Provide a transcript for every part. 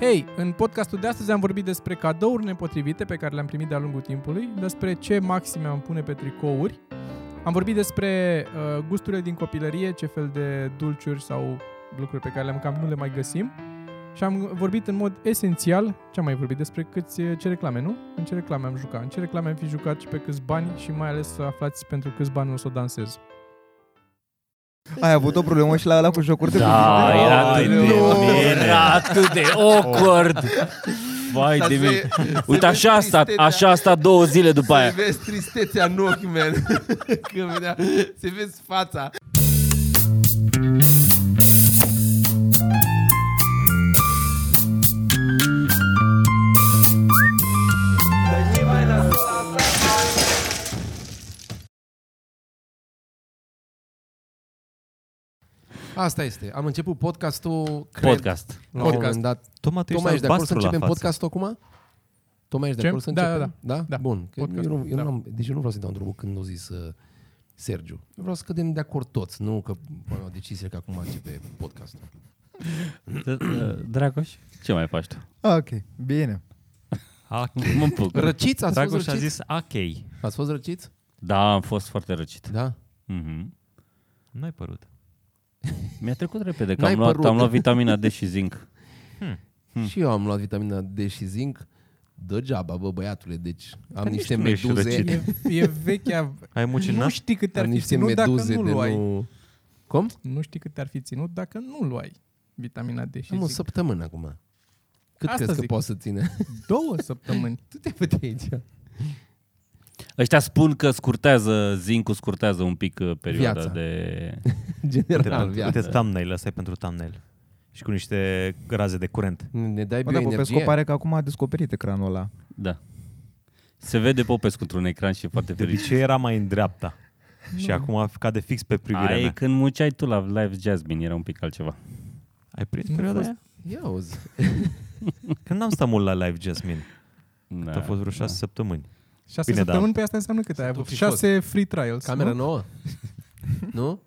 Hei, în podcastul de astăzi am vorbit despre cadouri nepotrivite pe care le-am primit de-a lungul timpului, despre ce maxime am pune pe tricouri, am vorbit despre uh, gusturile din copilărie, ce fel de dulciuri sau lucruri pe care le-am cam nu le mai găsim și am vorbit în mod esențial, ce am mai vorbit despre câți, uh, ce reclame, nu? În ce reclame am jucat, în ce reclame am fi jucat și pe câți bani și mai ales să aflați pentru câți bani o să o dansez. Ai avut o problemă și la ăla cu jocuri de Da, cuvinte? era atât de nu. bine, era atât de awkward. Vai Dar de se- mine. se Uite, vede așa a stat, tristețea. așa a stat două zile după aia. Se vezi tristețea în ochi, man. Când vedea, se vezi fața. Asta este. Am început podcastul, cred, Podcast. la un moment Podcast. dat. Toma, tu Toma, ești de acord să albastru la începem față. podcastul acum? Toma, ești de Ce? acord să Da, începem? da, da. da. Bun. Că eu Podcastul, nu, eu da. nu am, deci eu nu vreau să-i dau drumul când o zis uh, Sergiu. Eu vreau să cădem de acord toți, nu că bă, au decizie că acum începe podcastul. Ă, Dragoș? Ce mai faci tu? Ah, Ok, bine. Mă bucur. Răciți? Ați Dragoș fost a răciți? zis ok. Ați fost răciți? Da, am fost foarte răcit. Da. Mhm. N-ai părut. Mi-a trecut repede, că N-ai am luat, părut. am luat vitamina D și zinc. Și eu am luat vitamina D și zinc. Degeaba, bă, băiatule, deci am nici niște tu nu ești meduze. răcit. E, e vechea... Ai mucinat? Nu știi cât Am ar fi niște ținut dacă meduze nu de luai. nu... Cum? Nu știi cât ar fi ținut dacă nu luai vitamina D și Am o zinc. săptămână acum. Cât Asta crezi că zic. poate să ține? Două săptămâni. Tu te vede aici. Ăștia spun că scurtează, zincul scurtează un pic uh, perioada Viața. de... General, Uite, viața. uite thumbnail, ăsta e pentru thumbnail. Și cu niște raze de curent. Ne dai Bă, da, Popescu bioenergie? pare că acum a descoperit ecranul ăla. Da. Se vede Popescu într-un ecran și e foarte De fericit. obicei era mai în dreapta. Și acum cade fix pe privirea Aia e mea. când muceai tu la Live Jasmine, era un pic altceva. Ai prins Nu perioada fost. aia? Ia auzi. Când n-am stat mult la live, Jasmine. Da, A fost vreo șase săptămâni. Șase Bine, da. săptămâni pe asta înseamnă cât ai Tu avut? fi Șase free trials, Camera nu? nouă? nu?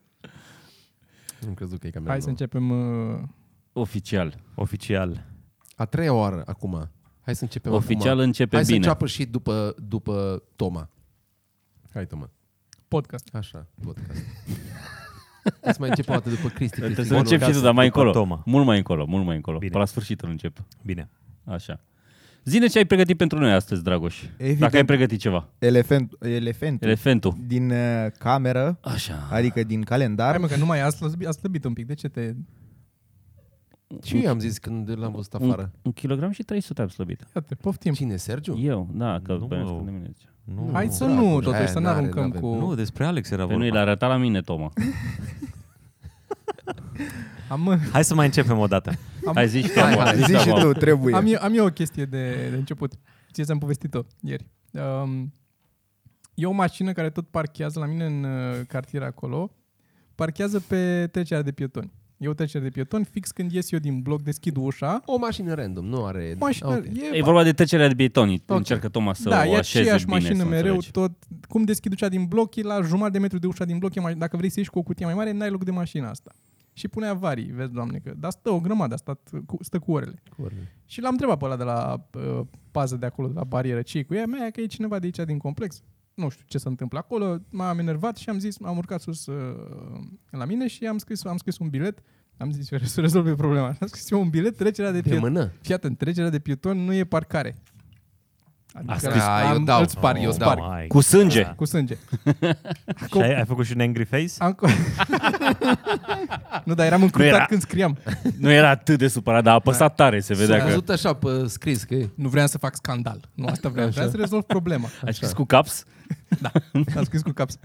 Nu crezut că e camera Hai să nouă. începem... Uh, Oficial. Oficial. A treia oară acum. Hai să începem Oficial acum. începe Hai să bine. înceapă și după, după Toma. Hai, Toma. podcast. Așa, podcast. Hai să mai începem o dată după Cristi. Trebuie Cristi. să încep și tu, casă, dar mai după încolo. Toma. Mult mai încolo, mult mai încolo. Bine. Până la sfârșitul încep. Bine. Așa. Zine ce ai pregătit pentru noi astăzi, Dragoș. Evident. Dacă ai pregătit ceva. Elefant, elefantul Elefantul. din uh, cameră, Așa. adică din Hai calendar. mă, că nu mai ai, a slăbit, a slăbit un pic. De ce te... Și eu am zis când l-am văzut Un, afară. un kilogram și 300 am slăbit. Iată, poftim. Cine, Sergiu? Eu, da, că Nu, pe mă. nu, de mine. zicea. Nu, Hai să Dragoș, nu, totuși, aia să nu n-are, aruncăm n-avem. cu... Nu, despre Alex era Pe nu, vorba. l-a arătat la mine, Toma. Am, am, Hai să mai începem o dată. Ai zis și tu, Hai, Toma. hai, zis Zi și Toma. tu, trebuie. am, eu, am eu o chestie de, de început. Ție ți-am povestit-o ieri. Um, e o mașină care tot parchează la mine în uh, cartier acolo. Parchează pe trecerea de pietoni. E o trecere de pietoni fix când ies eu din bloc, deschid ușa. O mașină random, nu are... Mașina, Ah, ok. e, E vorba de trecerea de bietoni. Ok. Încearcă Toma să da, o e așeze aceeași bine, mașină să mereu, înțelegi. tot. Cum deschid ușa din bloc, e la jumătate de metru de ușa din bloc, e mai, dacă vrei să ieși cu o cutie mai mare, n-ai loc de mașina asta. Și pune avarii, vezi, doamne, că dar stă o grămadă, a stat, cu, stă cu orele. Și l-am întrebat pe ăla de la uh, pază de acolo, de la barieră, ce cu ea, mea, că e cineva de aici din complex. Nu știu ce se întâmplă acolo, m-am enervat și am zis, am urcat sus uh, la mine și am scris, am scris un bilet, am zis, vreau să rezolve problema. Am scris eu un bilet, trecerea de Pe pieton. mână? Fii atent, trecerea de pieton nu e parcare. A Adică scris- Ah, eu dau. Îl spar, eu Oh, spar. Mai. Cu sânge. Cu sânge. Și ai, ai făcut și un angry face? Am co- nu, dar eram încrutat Nu era. când scriam. Nu era atât de supărat, dar a apăsat tare, se S-a vedea că... văzut așa pe scris că e. Nu vreau să fac scandal. Nu asta vreau. Vreau să rezolv problema. Ai scris cu caps? Am scris cu caps.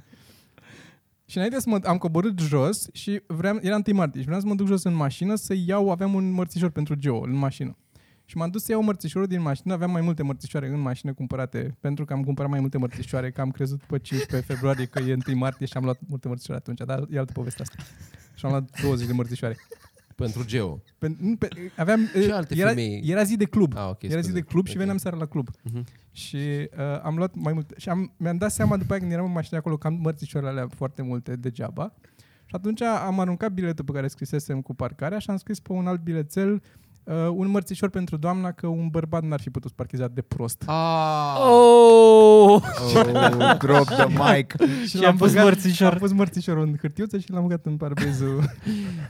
Și înainte să mă, am coborât jos și vreau, era 1 martie și vreau să mă duc jos în mașină să iau, aveam un mărțișor pentru Geo în mașină. Și m-am dus să iau mărțișorul din mașină, aveam mai multe mărțișoare în mașină cumpărate, pentru că am cumpărat mai multe mărțișoare, că am crezut pe 15 februarie că e 1 martie și am luat multe mărțișoare atunci, dar e altă poveste asta. Și am luat 20 de mărțișoare. Pentru Geo. Pe, nu, pe, aveam, Ce alte era, femei? era zi de club. Ah, ok, era zi de scuze. club și Ok. Mhm. veneam seara la club. Și uh, am luat mai mult. Și am, mi-am dat seama după aia când eram în mașină acolo că am mărțișoarele alea foarte multe degeaba. Și atunci am aruncat biletul pe care scrisesem cu parcarea și am scris pe un alt bilețel uh, un mărțișor pentru doamna că un bărbat n-ar fi putut parcheza de prost. Ah, Oh! Oh, drop the mic. și am pus mărțișor. Am pus mărțișorul în hârtiuță și l-am băgat în parbezul.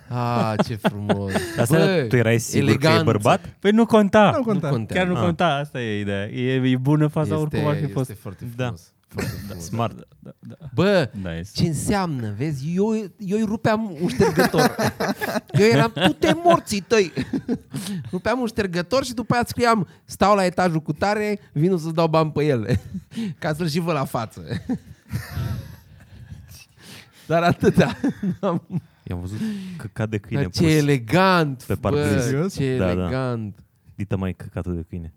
ah, ce frumos. Asta Bă, tu erai sigur eleganță. că Da, e bărbat? Păi nu conta. nu Da, Nu conta. contează. Chiar nu Ah. conta, asta e ideea. E, e bună faza oricum ar fi fost. Este foarte Da. frumos. Mm. Foarte frumos. Smart. Bă, Nice. ce înseamnă, vezi? Eu, eu îi rupeam un ștergător. Eu eram, tu te morții tăi. Rupeam un ștergător și după aia scriam, stau la etajul cu tare, vin să-ți dau bani pe el. Ca să-l și vă la față. Dar atâta. N-am- I-am văzut căcat de câine Dar pus. ce elegant, pe bă, parbriz. ce Da, da. elegant. Dita mai căcatul de câine.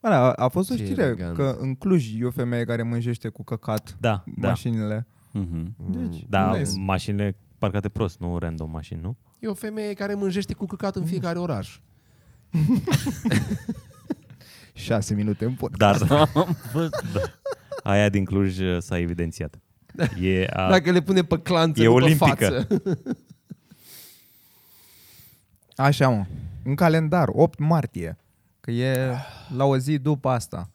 Bă, da, a fost o Ce știre elegant. că în Cluj e o femeie care mânjește cu căcat Da, da. mașinile. Mhm. Deci, da, Nice. mașinile parcate prost, nu random mașini, nu? E o femeie care mânjește cu căcat în fiecare oraș. șase minute în podcast. Dar am văzut, da. aia din Cluj uh, s-a evidențiat. E a, Dacă le pune pe clanță, E nu pe olimpică. față. Așa, mă. În calendar, 8 martie. Că e la o zi după asta.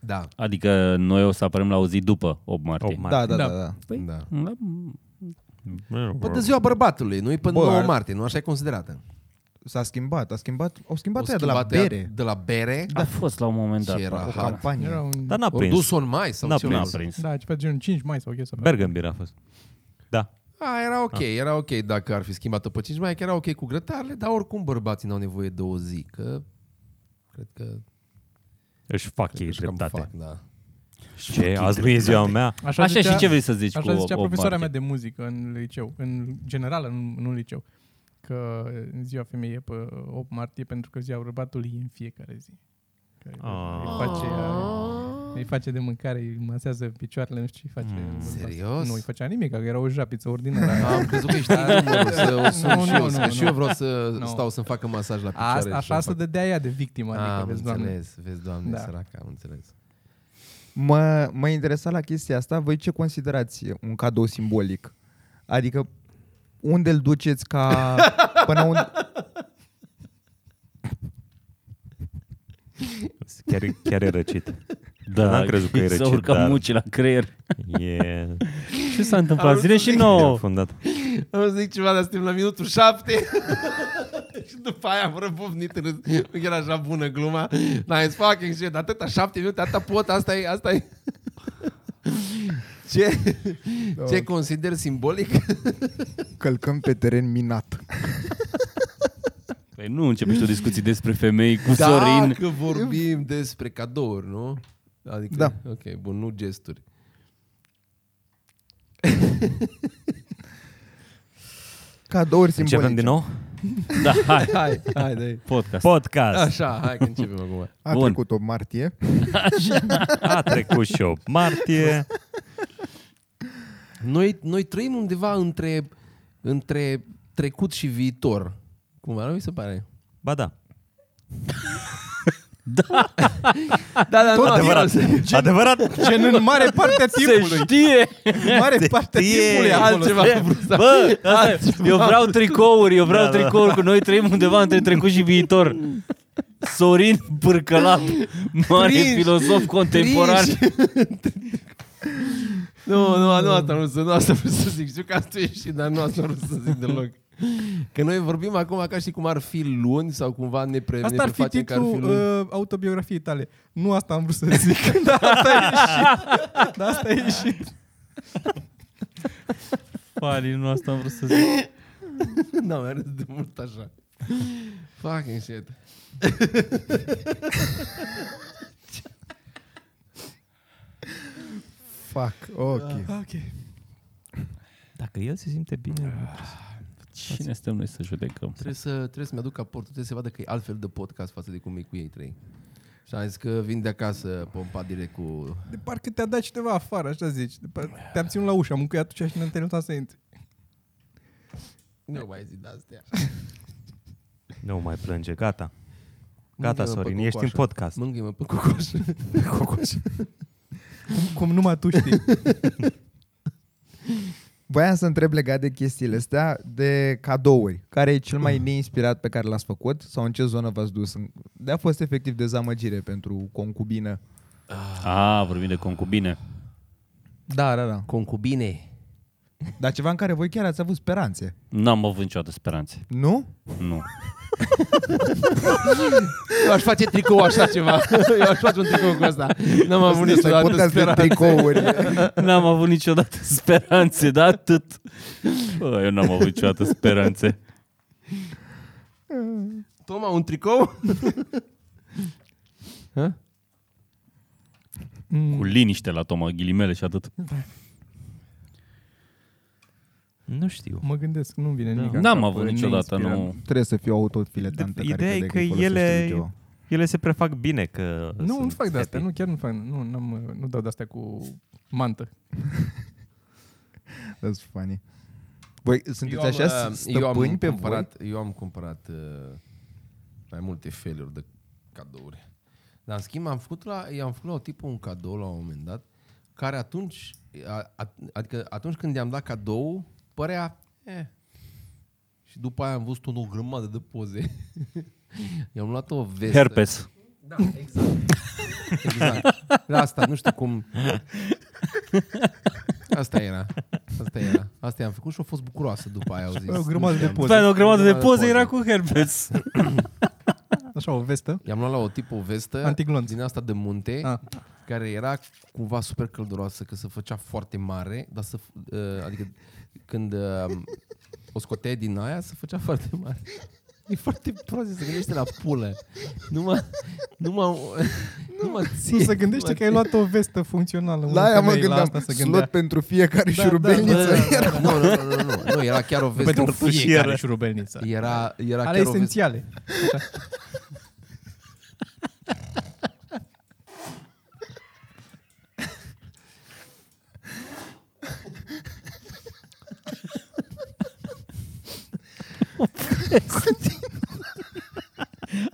Da, Adică noi o să apărăm la o zi după 8 martie. 8 8 Da, martie. da, da. Da. da. păi, da. Da. Până de ziua bărbatului, nu e până Bă, 9 ar- martie, nu așa e considerată. S-a schimbat, a schimbat, au schimbat, O aia de la schimbat ea bere. da. De la bere? Da. A fost la un moment dat. Ce era? O Aha. campanie. Era un... Dar Da, n-a Ori prins. dus-o în mai sau n-a ce prins. oră? N-a prins. Da, ceva de genul 5 mai sau chestia. Bergambir a fost. Da. A, era ok, era ok dacă ar fi schimbat-o pe 5 mai, că era ok cu grătarele, dar oricum bărbații n-au nevoie de o zi, că cred că, Își fac cred ei că și cam dreptate. fac, da. Ce? Azi nu e ziua mea? Așa, așa și ce vrei să Deci zici Așa cu zicea 8 profesoara mea martie? de muzică în liceu, în general, în, nu în liceu, că ziua femeii e pe 8 martie pentru că ziua bărbatului e în fiecare zi. Că Ah. Îi face, îi face de mâncare, îi masează picioarele, nu știu ce îi face. Mm. bărbatul. Hmm, Serios? Nu îi făcea nimic, că era o japiță ordinară. Am crezut că știi numărul, să o sun Nu, și nu, eu, nu, că și nu. eu vreau să Nu. stau să-mi facă masaj la picioare. Asta, și așa se să-mi fac- dădea ea de victimă, adică, Am vezi, doamne. înțeles, vezi, doamne, Da. săraca, am înțeles. Mă, mă interesa la chestia asta, voi ce considerați un cadou simbolic? Adică unde îl duceți ca până unde... Chiar, e- chiar e răcit. Da, N-am crezut că e să răcit, urcă dar- muci la creier. E, Ce s-a întâmplat? Zile și e nouă. afundat. Am să zic ceva, dar suntem la minutul 7 Și după aia am răbufnit în râs. Nu Era așa bună gluma Nice fucking shit, atâta 7 minute, atâta pot, asta e, asta e ce, ce consider simbolic? Călcăm pe teren minat. Păi nu începi tu discuții despre femei cu Sorin. că vorbim despre cadouri, nu? Adică, Da. Ok, bun, nu gesturi. Cadouri simbolice. Începem din nou? Da, hai, Hai, hai, hai. podcast. Podcast. Așa, hai că începem acum. A Bun. trecut 8 martie. A trecut și 8 martie. Noi, noi trăim undeva între, între trecut și viitor. Cumva, nu mi se pare? Ba da. Da, da, nu, Adevărat. Adevărat. Gen în mare parte a Se timpului. știe! Mare parte a știe. timpului acolo. altceva. Bă, Da, asta e. eu vreau tricouri, eu vreau tricouri cu noi trăim undeva între trecut și viitor. Sorin Bârcălat, mare Prinși, filozof contemporan. Nu, nu, nu asta nu, să, nu asta vreau să zic. Știu că asta e și, dar nu asta vreau să zic deloc. Că noi vorbim acum ca și cum ar fi luni sau cumva ne, pre, ne Asta ar fi prefacem că ar fi titlul luni. uh, autobiografiei tale. Nu asta am vrut să zic, dar asta e ieșit. Dar asta e ieșit. Pari, nu asta am vrut să zic. Nu, Da, mi-a râs de mult așa. Fucking shit. Fuck, ok. Ok. Dacă el se simte bine... Cine suntem noi să judecăm? Trebuie să, trebuie să-mi aduc aportul, trebuie să vadă că e altfel de podcast față de cum e cu ei trei. Și am zis că vin de acasă pompa direct cu... De parcă te-a dat cineva afară, așa zici. De par- te-am ținut la ușă, am mâncat atunci și ne-am terminat să intri. Nu mai zic de astea. Nu mai plânge, gata. Gata, Mângâie-mă pe Sorin, ești în cocoașă. podcast. Mângâie-mă pe cocoș. Cum numai tu știi. voiam să întreb legat de chestiile astea, de cadouri. Care e cel mai neinspirat pe care l-ați făcut? Sau în ce zonă v-ați dus? În- De a fost efectiv dezamăgire pentru concubină. A, vorbim de concubine. Da, da, da. Concubine. Dar ceva în care voi chiar ați avut speranțe. N-am avut niciodată speranțe. Nu? Nu. Eu aș face tricou așa ceva. Eu aș face un tricou cu asta. N-am avut Asta e niciodată podcast de speranță. tricouri. N-am avut niciodată speranțe, da? Atât. Bă, eu n-am avut niciodată speranțe. Toma, un tricou? Hă? Mm, Cu liniște la Toma, ghilimele și atât. Nu știu. Mă gândesc, nu vine nimic. în N-am cap, avut e niciodată, neinspirat. nu. Trebuie să fiu adică autofiletant pe care Ideea e crede că îi folosește ele- degeaba. Ele se prefac bine că Nu, nu sunt fac de astea, happy. nu, chiar nu fac, nu, n-am, uh, nu dau de astea cu mantă. That's funny. Voi sunteți așa uh, eu stăpâni am pe voi? cumpărat, Eu am cumpărat uh, mai multe feluri de cadouri. Dar în schimb am făcut la, i-am făcut la tipul un cadou la un moment dat, care atunci, a, a, adică atunci când i-am dat cadou, părea eh. Și după aia am văzut un- o grămadă de poze. i-am luat o vestă. Herpes. Da, exact. exact. La asta, nu știu cum. Asta era. Asta era. Asta i-am făcut și a fost bucuroasă după aia, au zis. O grămadă de Nu știam. poze. Stai, o grămadă de poze era cu herpes. Așa, o vestă. I-am luat la o tip o vestă Antiglonț. din asta de munte, Ah. care era cumva super călduroasă, că se făcea foarte mare, dar să, f- uh, adică când uh, o scoteai din aia, se făcea foarte mare. E foarte prost, se gândește la pulă. Numai, numai, numai Nu ție, se gândește numai că ai luat o vestă funcțională. La Una aia mă femeie gândeam, asta se slot pentru fiecare Da, șurubelniță. Bă, Nu, nu, nu, nu, nu, nu, era chiar o vestă. Pentru Pentru fiecare fiecare. șurubelniță. Era, era Ale chiar o vestă. esențiale.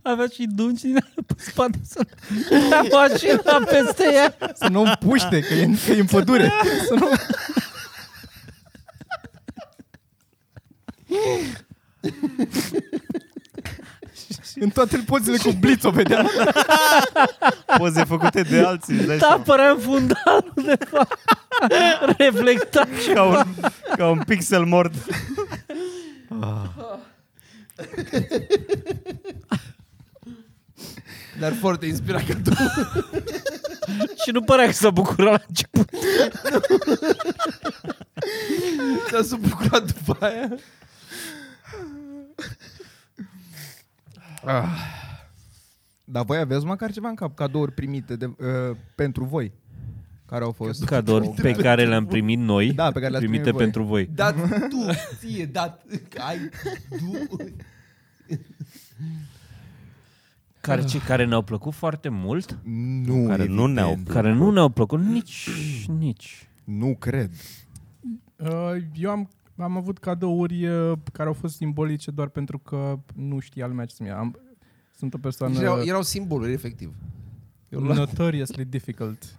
Avea și dungi din alea pe spate să Ia mașina peste ea. Să nu împuște, că e, că e în pădure. Să nu... în toate poțile cu bliț o vedeam. Poze făcute de alții, îți dai Da, seama. părea în fundalul de fapt. Reflectat și Ca un, ca un pixel mort. Dar foarte inspirat că tu. Și nu părea că s-a bucurat la început. Dar s-a bucurat după aia. Ah. Dar voi aveți măcar ceva în cap, cadouri primite de, uh, pentru voi, care au fost... Cadouri au- pe care le-am primit noi, Da, pe care le-ați primite primit voi. pentru voi. Dat tu, ție, dat, ai, tu. Care, ce, care ne-au plăcut foarte mult, Nu, care nu evident. ne-au care nu ne-au plăcut nici, nici. Nu cred. Uh, Eu am, am avut cadouri uh, care au fost simbolice doar pentru că nu știa lumea ce să-mi ia. Am, sunt o persoană Erau, da. erau simboluri, efectiv. notoriously difficult.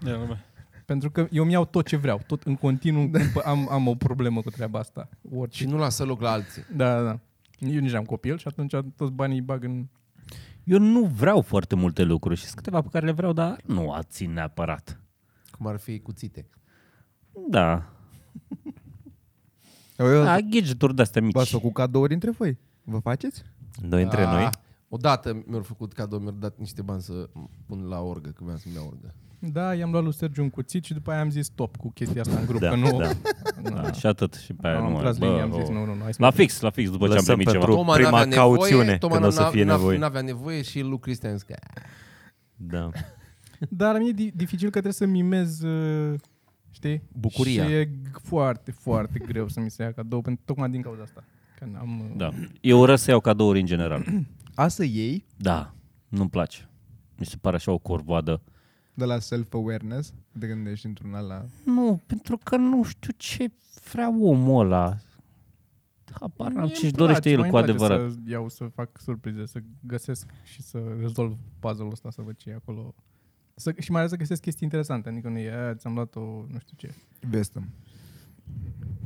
Pentru că eu mi iau tot ce vreau. Tot în continuu am, am o problemă cu treaba asta. Și Orice. nu lasă loc la alții. Da, da, da. Eu nici am copil și atunci toți banii îi bag în... Eu nu vreau foarte multe lucruri și sunt câteva pe care le vreau, dar nu a țin neapărat. Cum ar fi cuțite. Da. Eu, eu A, gadgeturi de-astea v-ați mici. făcut cadouri între voi? Vă faceți? Noi Da. între noi. Odată mi-au făcut cadou, mi-au dat niște bani să pun la orgă, că mi-am să-mi iau orgă. Da, i-am luat lui Sergiu un cuțit și după aia am zis stop cu chestia asta în grup. Da, că nu, da. nu, Da, și atât. Și pe aia am nu mai... tras linia, am bă, zis o- nu, nu, nu. hai să- La fix, la fix, după ce am Lăsăm primit pentru- ceva. Toma n-avea cauțiune Toma când o să n-a- fie n-a- nevoie. N-avea nevoie și lui Cristian zice, Da. Dar mi-e di- dificil că trebuie să mimez, uh, știi? Bucuria. Și e g- foarte, foarte greu să mi se ia cadou, pentru, tocmai din cauza asta. Că n-am... uh, da. Eu urăsc să iau cadouri în general. A să iei Da, nu-mi place. Mi se pare așa o corvoadă. de la self-awareness, de când ești într-un alt la... Nu, pentru că nu știu ce vrea omul ăla. Habar n-am Mie ce-și îmi place, dorește el mai cu îmi adevărat. place Să iau să fac surprize, să găsesc și să rezolv puzzle-ul ăsta, să văd ce e acolo. Să, și mai ales să găsesc chestii interesante, adică nu e, "A, ți-am luat o, nu știu ce. Vestă.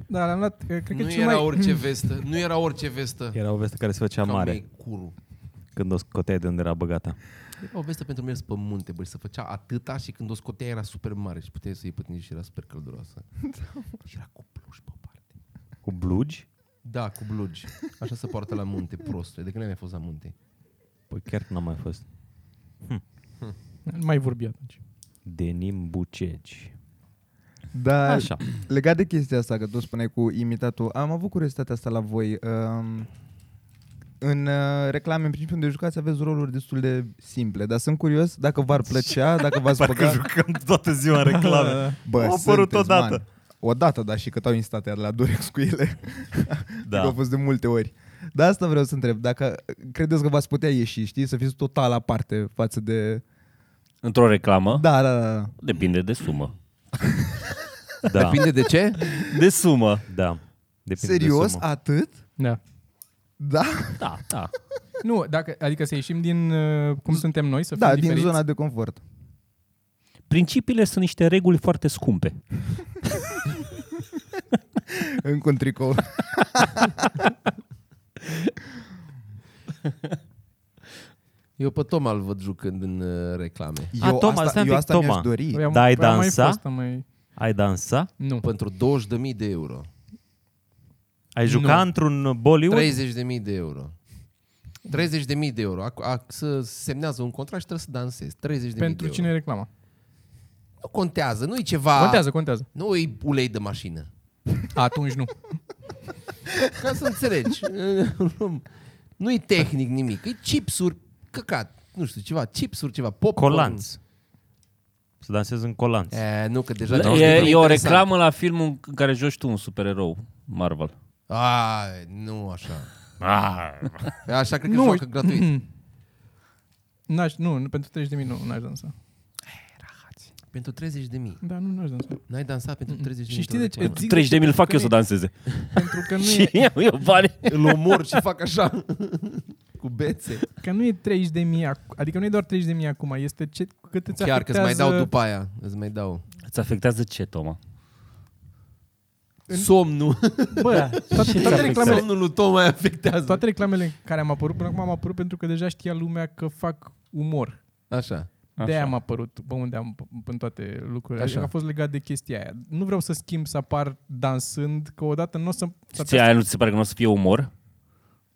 Da, le-am luat, cred că Nu cel era mai... orice vestă. Nu era orice vestă. Era o veste care se făcea Cam mare e curul. când o scoteai de unde era băgata. Era o vestă pentru mers pe munte, băi, se făcea atâta și când o scotea era super mare și puteai să iei pătini și era super călduroasă. și era cu pluj pe parte. Cu blugi? Da, cu blugi. Așa se poartă la munte, prostule. De când ai mai fost la munte? Păi chiar n-am mai fost. Nu mai vorbi atunci. Denim bucegi. Dar Așa. legat de chestia asta, că tu spuneai cu imitatul, am avut curiozitatea asta la voi. Um, în uh, reclame, în principiu, de jucați aveți roluri destul de simple, dar sunt curios dacă v-ar plăcea, dacă v-ați Parcă băga... jucăm toată ziua în reclame. Bă, Au apărut sunteți, odată. Man. Odată, da, și cât au instat ea de la Durex cu ele. Da. Că da. au fost de multe ori. Dar asta vreau să întreb, dacă credeți că v-ați putea ieși, știi, să fiți total aparte față de... Într-o reclamă, Da, da, da. da. depinde de sumă. da. Depinde de ce? De sumă. Da. Depinde De Serios? sumă. Atât? Da. Da? Da, da. Nu, dacă, adică să ieșim din uh, cum suntem noi, să fim Da, din diferiți. zona de confort. Principiile sunt niște reguli foarte scumpe. Încă un tricou. Ah, Eu pe Toma îl văd jucând în uh, reclame. Eu Toma, asta, stai un eu pic, asta Toma. mi-aș dori. Păi Am- Da, ai am mai dansa? fost, am mai... Ai dansa? Nu. Pentru 20.000 de euro. Ai juca Nu. într-un Bollywood? 30.000 de euro. 30.000 de euro. Ac- ac- să semnează un contract și trebuie să dansezi. 30.000 de euro. Pentru cine e reclama. Nu contează, nu e ceva... Contează, contează. Nu e ulei de mașină. Atunci nu. Ca să înțelegi. nu e tehnic nimic. E chipsuri, căcat. Nu știu, ceva, chipsuri, ceva, popcorn. Colanți. Să dansezi în colanți. E, nu, că deja... Da, E, e o reclamă la filmul în care joci tu un supererou, Marvel. A, nu așa. Ah. Așa cred că nu, Mm-hmm. joacă gratuit. N-aș, nu, nu, pentru 30 de mii nu, n-aș dansa. Pentru 30 de mii. Da, nu, n-aș dansa. N-ai dansat pentru 30 de mii. Mm-hmm. Și știi de ce? Îți zic 30 de mii îl fac eu să pentru că danseze. nu e- Pentru că nu, Și e, eu, eu bani. Îl omor și fac așa. Cu bețe. că nu e 30 de mii, ac- adică nu e doar 30 de mii acum, este ce, cât îți Chiar că afectează... îți mai dau după aia. Îți mai dau. Îți afectează ce, Toma? Somnul. Bă, toate, toate, reclamele, Somnul lui Toma îi afectează. toate reclamele care am apărut până acum am apărut pentru că deja știa lumea că fac umor. Așa. De Așa. aia am apărut pe unde am, p- în toate lucrurile. Așa. Așa. A fost legat de chestia aia. Nu vreau să schimb să apar dansând, că odată nu o să... Ți aia nu ți se pare că nu o să fie umor?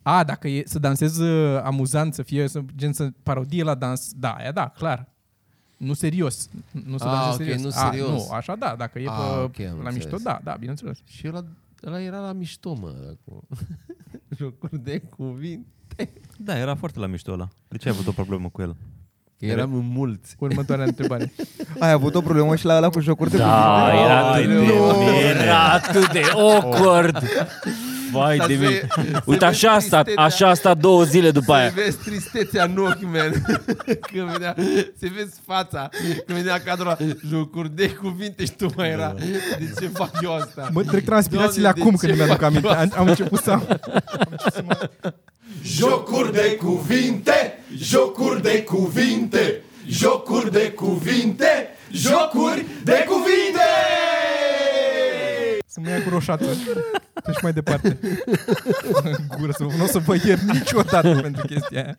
A, dacă e să dansez uh, amuzant, să fie să, gen să parodie la dans, da, aia da, clar. Nu serios. Nu să Ah, dansez ok, serios. nu A, serios. nu, așa da, dacă e Ah, pe, ok, am la înțeles. mișto, da, da, bineînțeles. Și ăla, ăla era la mișto, mă, cu jocuri de cuvinte. Da, era foarte la mișto ăla. De ce ai avut o problemă cu el? Că eram în mulți. Următoarea întrebare. Ai avut o problemă și la ăla cu jocuri de Da, cuvinte? era atât de, nu. era atât de awkward. Vai de mine. Uite, așa a stat, așa a stat două zile după aia. Se vezi tristețea în ochi, man. Când vedea, se vezi fața. Când vedea cadrul la jocuri de cuvinte și tu mai era. De ce fac eu asta? Mă trec transpirațiile Doamne, de acum când ce mi-aduc fac aminte. eu Am, am început să am... Jocuri de cuvinte, jocuri de cuvinte, jocuri de cuvinte, jocuri de cuvinte! Să mă ia cu roșață. Deci mai departe. În Gură, să vă, nu o să vă iert niciodată pentru chestia aia.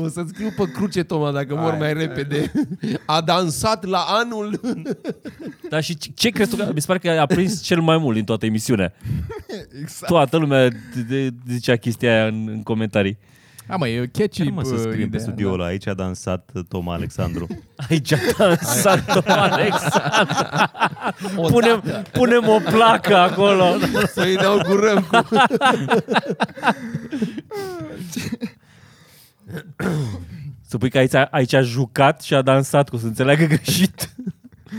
O să scriu pe cruce, Toma, dacă mor mai repede. A dansat la anul. Dar și ce, ce crezi tu că mi se pare că a prins cel mai mult din toată emisiunea? Exact. Toată lumea de, de, zicea chestia aia în, în comentarii. A, mă, e catchy. Ce mă să bă, scriem pe uh, ideea, studioul ăla? Aici a dansat uh, Toma Alexandru. Aici a dansat Tom Alexandru. exact. da. Punem, punem o placă acolo. Să inaugurăm cu... Să pui că aici, a- aici a jucat și a dansat, cu să înțeleagă greșit. da.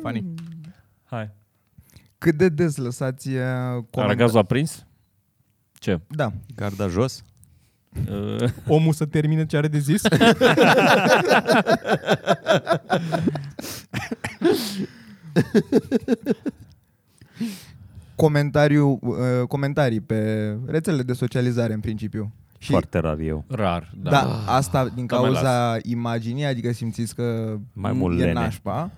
Funny. Hai. Cât de des lăsați uh, comentarii? Aragazul a prins? Ce? Da. Garda jos? Uh, Omul să termine ce are de zis? Comentariu, uh, comentarii pe rețelele de socializare în principiu. Și foarte rar eu. rar, Da, da. da asta din Da, mai cauza imaginii, adică simțiți că Mai mult e lene. nașpa.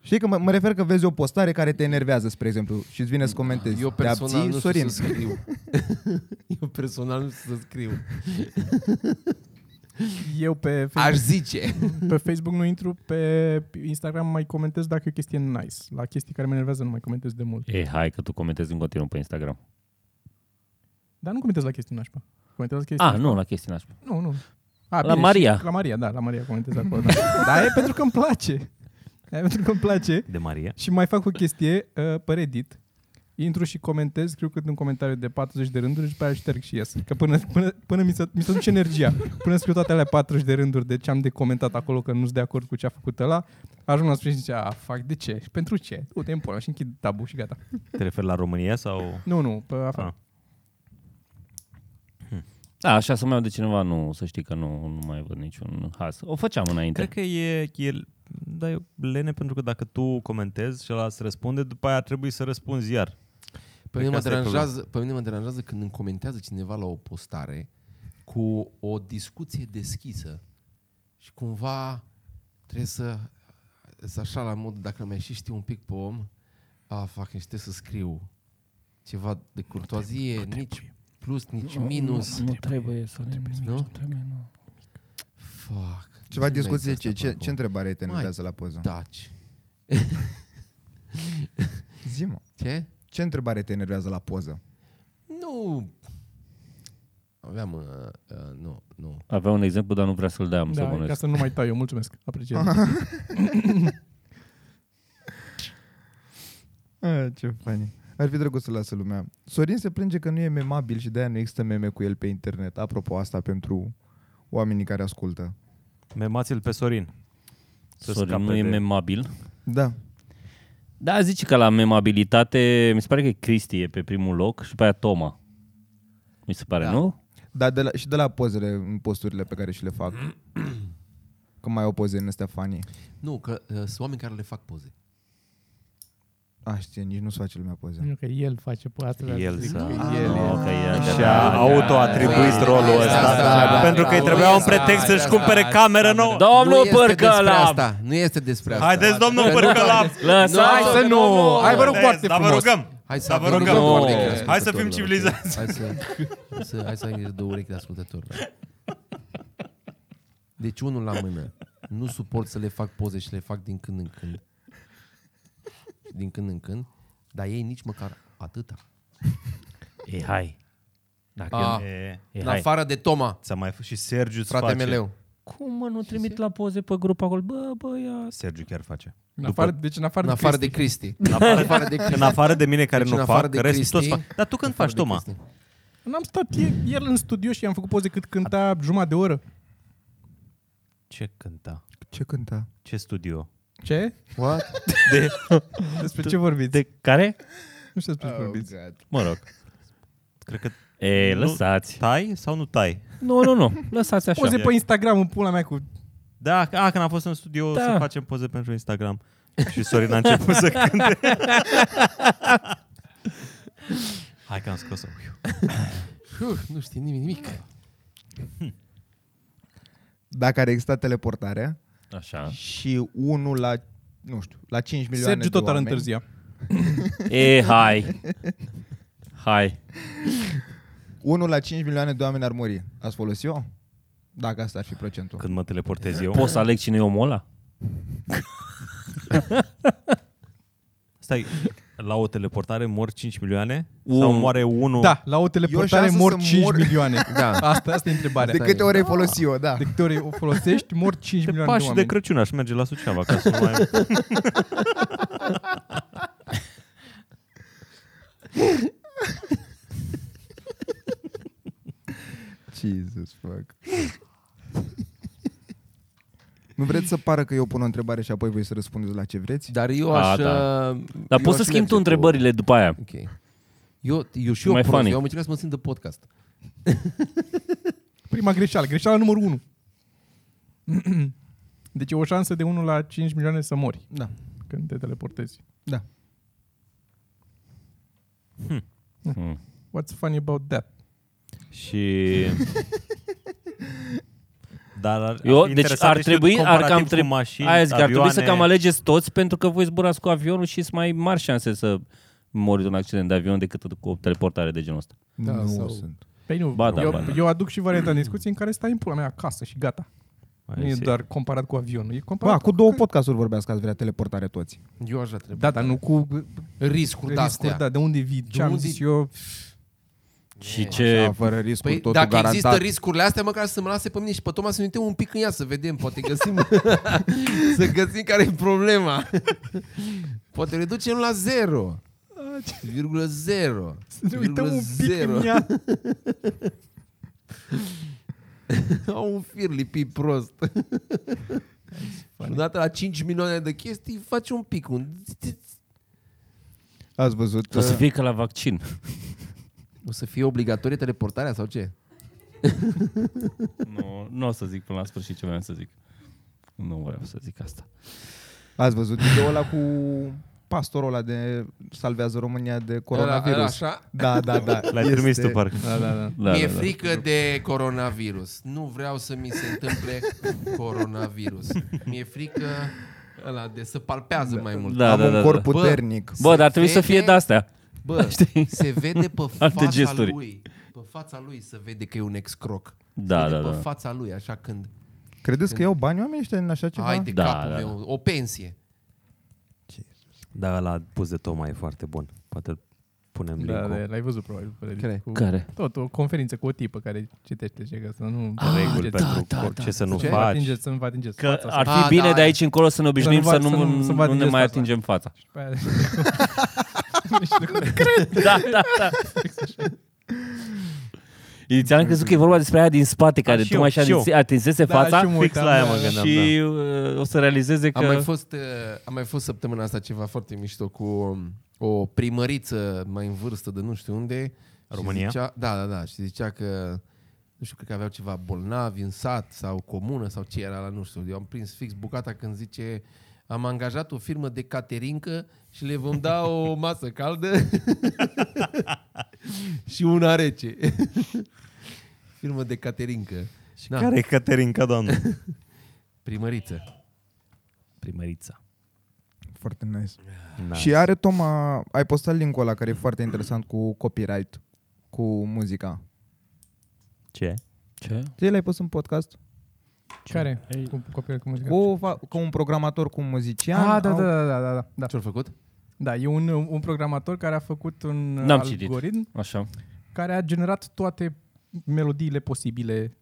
Știi că mă, mă refer că vezi o postare care te enervează, spre exemplu, și îți vine să comentezi. Eu Te personal abții, nu Sorin. știu să scriu. Eu personal nu știu să scriu. Eu pe, Facebook, Aș zice. pe Facebook nu intru, pe Instagram mai comentez dacă e o chestie nice. La chestii care mă enervează nu mai comentez de mult. Ei, hai că tu comentezi în continuu pe Instagram. Dar nu comentez la chestii nașpa. Comentez la chestii... Ah, nu, la chestii nașpa. Nu, nu. A, La și Maria. La Maria, da, la Maria comentez acolo. Da. Dar e pentru că îmi place. E pentru că îmi place. de Maria. Și mai fac o chestie uh, pe Reddit. Intru și comentez, scriu cât un comentariu de 40 de rânduri și pe aia șterg și ies. Că până, până, până mi, se, mi se duce energia. Până scriu toate alea 40 de rânduri de ce am de comentat acolo că nu sunt de acord cu ce a făcut ăla, ajung la sfârșit și zice, a, fac, de ce? Și Pentru ce? Du-te în până și închid tabu și gata. Te referi la România sau... Nu, nu, pe afară. Ah. Da, așa să mai iau de cineva, nu, să știi că nu, nu mai văd niciun haz. O făceam înainte. Cred că e, e, da, e lene pentru că dacă tu comentezi și ăla îți răspunde, după aia trebuie să răspunzi iar. Pe mine, Adică că mă asta e deranjează, pe mine mă deranjează când îmi comentează cineva la o postare cu o discuție deschisă și cumva trebuie să să așa la mod, dacă mai și știu un pic pe om, a, fac, niște să scriu ceva de curtoazie, nici plus, nici minus. Nu trebuie să nu? nu trebuie, nu. Fuck. Ceva Nu discuție, vezi ce, ce, asta Da. pe ce acolo. întrebare te Mai- enervează la poză? Taci. Zi-mă. Ce? Ce întrebare te enervează la poză? Nu. Aveam, uh, uh, nu, nu. Avea un exemplu, dar nu vrea să-l dea, am să Da, ca bănuiesc. să nu mai tai eu, mulțumesc, apreciez. A, ce funny. Ar fi drăguț să lasă lumea. Sorin se plânge că nu e memabil și de-aia nu există meme cu el pe internet. Apropo asta pentru oamenii care ascultă. Memați-l pe Sorin. Să Sorin scape nu e de- memabil. Da. Da, zice că la memabilitate, mi se pare că Cristi e pe primul loc și pe aia Toma. Mi se pare, Da. nu? Dar de la, și de la pozele, în posturile pe care și le fac. Că mai au poze în astea funny. Nu, că uh, sunt oameni care le fac poze. A, Ah, știe, nici nu-ți face lumea poze. Nu, că el face pe asta. El Da, să... El, Nu, că e- Și-a autoatribuit da, rolul da, da, ăsta. da, da, pentru că îi da, trebuia da, un da, pretext da, să-și da, cumpere da, cameră da, nouă. nu Domnul este despre Pârcălap! asta. Nu este despre asta. Haideți, domnul Că nu Pârcălap! Hai Lăsați-o! să nu! Hai vă rog Da, foarte da, vă frumos! rugăm! Hai să Da, vă avem rugăm. două Nu. urechi de Hai să ascultător, fim da, civilizați. ok? Hai să, să, hai să ai două urechi de ascultător. Da. Deci unul la mână. Nu suport să le fac poze și le fac din când în când. Din când în când. Dar ei nici măcar atâta. E, hai! Dacă A, eu- E, e, în hai. afară de Toma, Ți-a mai făcut și Sergiu îți frate face. meleu. Cum mă, nu trimit la poze pe grup acolo? Bă, bă, ia... Sergiu chiar face. În afară, deci în afară, În de afară Cristi. de Cristi. În afară de, în afară de mine care Deci în nu afară fac, de restul Cristi, toți fac. Dar tu când faci, Afară de Toma? Cristi. N-am stat el, el în studio și am făcut poze cât cânta jumătate de oră. Ce cânta? Ce cânta? Ce studio? Ce? What? De, Despre ce vorbiți? De care? Nu știu Oh, despre ce vorbiți. Mă rog. cred că E, Nu. lăsați. tai sau nu tai? Nu, nu, nu. Lăsați așa. Poze pe Instagram în pula mea cu... Da, a, când am fost în studio Da. să facem poze pentru Instagram. Și Sorin a început să cânte. Hai că am scos-o. Huh, nu știi nimic, nimic. Dacă ar exista teleportarea Așa. și unul la, nu știu, la 5 milioane Sergiu de tot ar oameni. întârzia. E, hai! Hai! Unul la 5 milioane de oameni ar muri. Ați folosit eu? Dacă asta ar fi procentul. Când mă teleportez eu. Poți să aleg cine e omul ăla? Stai, la o teleportare mor 5 milioane? Un. Sau moare unul? Da, la o teleportare Eu șansă mor să 5 mor. milioane. Da. Asta, asta e întrebarea. De câte ori ai folosit eu, da. De câte ori o folosești, mor 5 De milioane de Paști de oameni. Crăciun aș merge la Suceava ca să nu mai... Jesus fuck. nu vreți să pară că eu pun o întrebare și apoi voi să răspundeți la ce vreți? Dar eu A, aș... da. uh, Dar eu poți să schimbi aș tu merge cu- întrebările după aia. Ok. Eu, eu și eu, Mai Mai prost, funny. eu am încercat să mă simt de podcast. Prima greșeală, greșeala numărul 1. Deci e o șansă de 1 la 5 milioane să mori Da. când te teleportezi. Da. Hmm. What's funny about that? Și... Dar ar, ar Eu, fi deci interesant ar de știut trebui, ar comparativ cam cu trebui, mașini, aia zic, ar trebui să avioane. cam alegeți toți pentru că voi zburați cu avionul și sunt mai mari șanse să mori de un accident de avion decât cu o teleportare de genul ăsta. Da, nu sau- sunt. Păi nu, Ba da, eu, ba da. eu aduc și varianta în discuție în care stai în pula mea acasă și gata. Nu e see. doar comparat cu avionul, e comparat Ba, cu două podcasturi vorbeam că ați vrea teleportare toți. Eu așa trebuie. Da, dar nu cu Riscuri riscuri, de-astea. da, de unde vii, ce De am unde- zis eu. Și ce... Așa, Da, fără riscul, Păi, totul dacă garantat. există riscurile astea, măcar să mă lase pe mine și pe Toma să ne uităm un pic în ea, să vedem, poate găsim, să găsim care e problema. poate reducem la zero. Virgulă zero. Să ne uităm un pic Zero. în ea. Au un fir lipit prost. Și odată la 5 milioane de chestii faci un pic. Un... Ați văzut? O să uh, fie că la vaccin. O să fie obligatorie teleportarea sau ce? nu, nu o să zic până la sfârșit ce vreau să zic. Nu vreau să zic asta. Ați văzut videoul ăla cu pastorul ăla de salvează România de coronavirus. Era- era așa? Da, da, da. L-ai trimis tu, parcă. Da, da, da. Da, Mi-e da, da. frică de coronavirus. Nu vreau să mi se întâmple coronavirus. Mi-e frică ăla de să palpează mai mult. Da, Am da, un da, corp da. puternic. Bă, dar trebuie să fie vede- de-astea. Bă, Știi? se vede pe Alte fața gesturi. lui. Pe fața lui se vede că e un excroc. Da, se vede da, pe da. fața lui, așa când Credeți că iau bani oamenii ăștia în așa ceva? ai de Da, capul da, meu, o pensie. Da, la pus de Toma e foarte bun. Poate îl punem da, Da, link da, l-ai văzut probabil. pe Reddit, Care? Cu Care? Tot, o conferință cu o tipă care citește ce că să nu... reguli da, pentru da, orice da. să nu Ce? Vă faci. atingeți, să nu vă atingeți Că fața. ar fi Ah, bine da, de aici încolo să ne obișnuim nu să va- nu, să nu- să nu, nu vă nu atingeți ne fața. mai atingem fața. Și pe Păi aia- Da, da, da. Inițial am crezut că e vorba despre aia din spate, care și tu mai eu, și și atinsese fața și mă Fix uitam, la aia da, mă da. gândeam, și uh, o să realizeze Am mai, că... fost, uh, am mai fost săptămâna asta ceva foarte mișto cu um, o primăriță mai în vârstă de nu știu unde. și România? Zicea, da, da, da. Și zicea că, nu știu, cred că aveau ceva bolnavi în sat sau comună sau ce era la nu știu. Eu am prins fix bucata când zice am angajat o firmă de caterincă și le vom da o masă caldă și una rece. firmă de caterincă. Și da. Care e Caterinca, doamnă? Primăriță. Primărița. Foarte nice. Nice. Și are Toma, ai postat linkul ăla care e foarte interesant cu copyright, cu muzica. Ce? Ce? Ce l-ai pus în podcast? Care? Cu copilul cu muzica? Cu, fa- cu un programator, cu un muzician. Ah, da, au- da, da, da, da, da. Ce-au făcut? Da, e un, un programator care a făcut un uh, N-am citit. algoritm Așa. care a generat toate melodiile posibile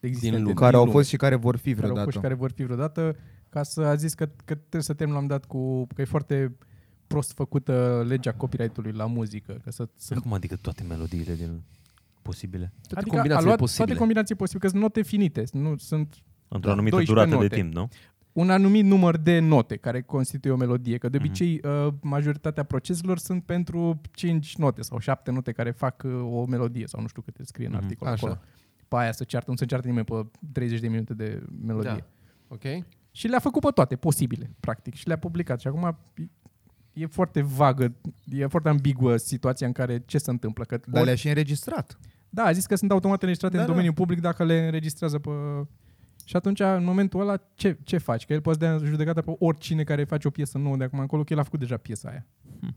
existente. Din lume. Care au lume. fost și care vor fi care au fost și vreodată. care vor fi vreodată, ca să a zis că, că trebuie să termin la un moment dat cu, că e foarte prost făcută legea copyright-ului la muzică. Că să, să, Cum adică toate melodiile din posibile? Toate combinațiile posibile. Adică toate combinații posibile, că sunt note finite, nu, sunt Într-o Da, anumită 12 durată note. de timp, nu? un anumit număr de note care constituie o melodie, că de obicei uh, majoritatea proceselor sunt pentru 5 note sau 7 note care fac uh, o melodie sau nu știu câte scrie în articol Așa. acolo. Pe aia să ceartă, nu se ceartă nimeni pe 30 de minute de melodie. Da. Ok? Și le-a făcut pe toate posibile, practic, și le-a publicat. Și acum e foarte vagă, e foarte ambiguă situația în care ce se întâmplă. Că Dar le-a și înregistrat. da, a zis că sunt automat înregistrate Da, da, în da. domeniul public dacă le înregistrează pe... Și atunci, în momentul ăla, ce, ce faci? Că el poate dea în judecată pe oricine care face o piesă nouă de acum încolo, că el a făcut deja piesa aia.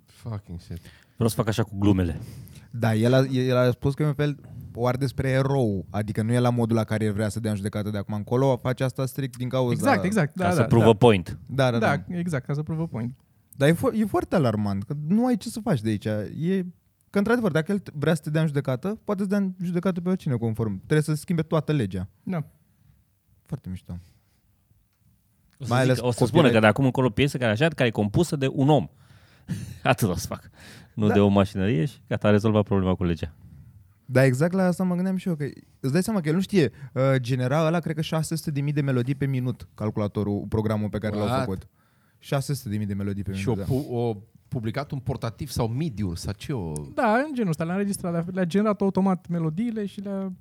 Fucking shit. Vreau să fac așa cu glumele. Da, el a, el a spus că e un fel oare despre erou, adică nu e la modul la care el vrea să dea în judecată de acum încolo, face asta strict din cauza... Exact, exact. Da, da, ca să prove point. Da, da. da, da. da, da. exact, ca să prove point. Dar e, fo- e foarte alarmant, că nu ai ce să faci de aici. E... Că într-adevăr, dacă el t- vrea să te dea în judecată, poate să dea în judecată pe oricine conform. Trebuie să schimbe toată legea. Da. Foarte mișto. O să, Mai ales zic, o să copilele- spună că de acum încolo piesă care așa, care e compusă de un om. Atât o să fac. Nu Da. de o mașinărie și gata, a rezolvat problema cu legea. Da, exact la asta mă gândeam și eu, că îți dai seama că el nu știe, uh, genera ăla cred că 600.000 de melodii pe minut, calculatorul, programul pe care l-au What? făcut. 600.000 de melodii pe minut, Și o, da. pu- o publicat un portativ sau mediul sau ce o... Da, în genul ăsta, le-a înregistrat, le-a- le-a generat automat melodiile și le-a,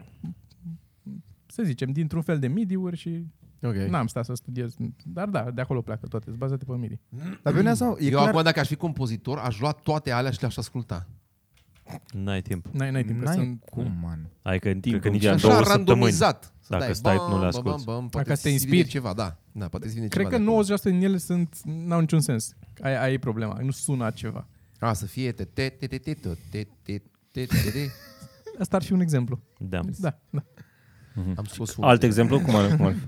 să zicem, dintr-un fel de midi-uri și Ok. n-am stat să studiez. Dar da, de acolo pleacă toate, sunt bazate pe midi. Dar pe mine asta, e Eu clar, acum dacă aș fi compozitor, aș lua toate alea și le-aș asculta. N-ai timp. N-ai, n-ai timp, că N-ai sunt... cum, man. Adică în timp, că cum nici să- în Așa două săptămâni. randomizat. Să Dacă dai, stai, nu le bam, asculți. bam, bam, poate Dacă te îți vine inspiri. ceva, da. Da, poate îți vine Cred ceva. că de acolo. 90% din ele sunt, n-au niciun sens. Aia, aia e problema, nu sună ceva. A, să fie te te te te te te te te te te te Asta ar fi un exemplu. Da. Da, da. Am scos unul. Alt exemplu? Cum ar, cum ar? fi?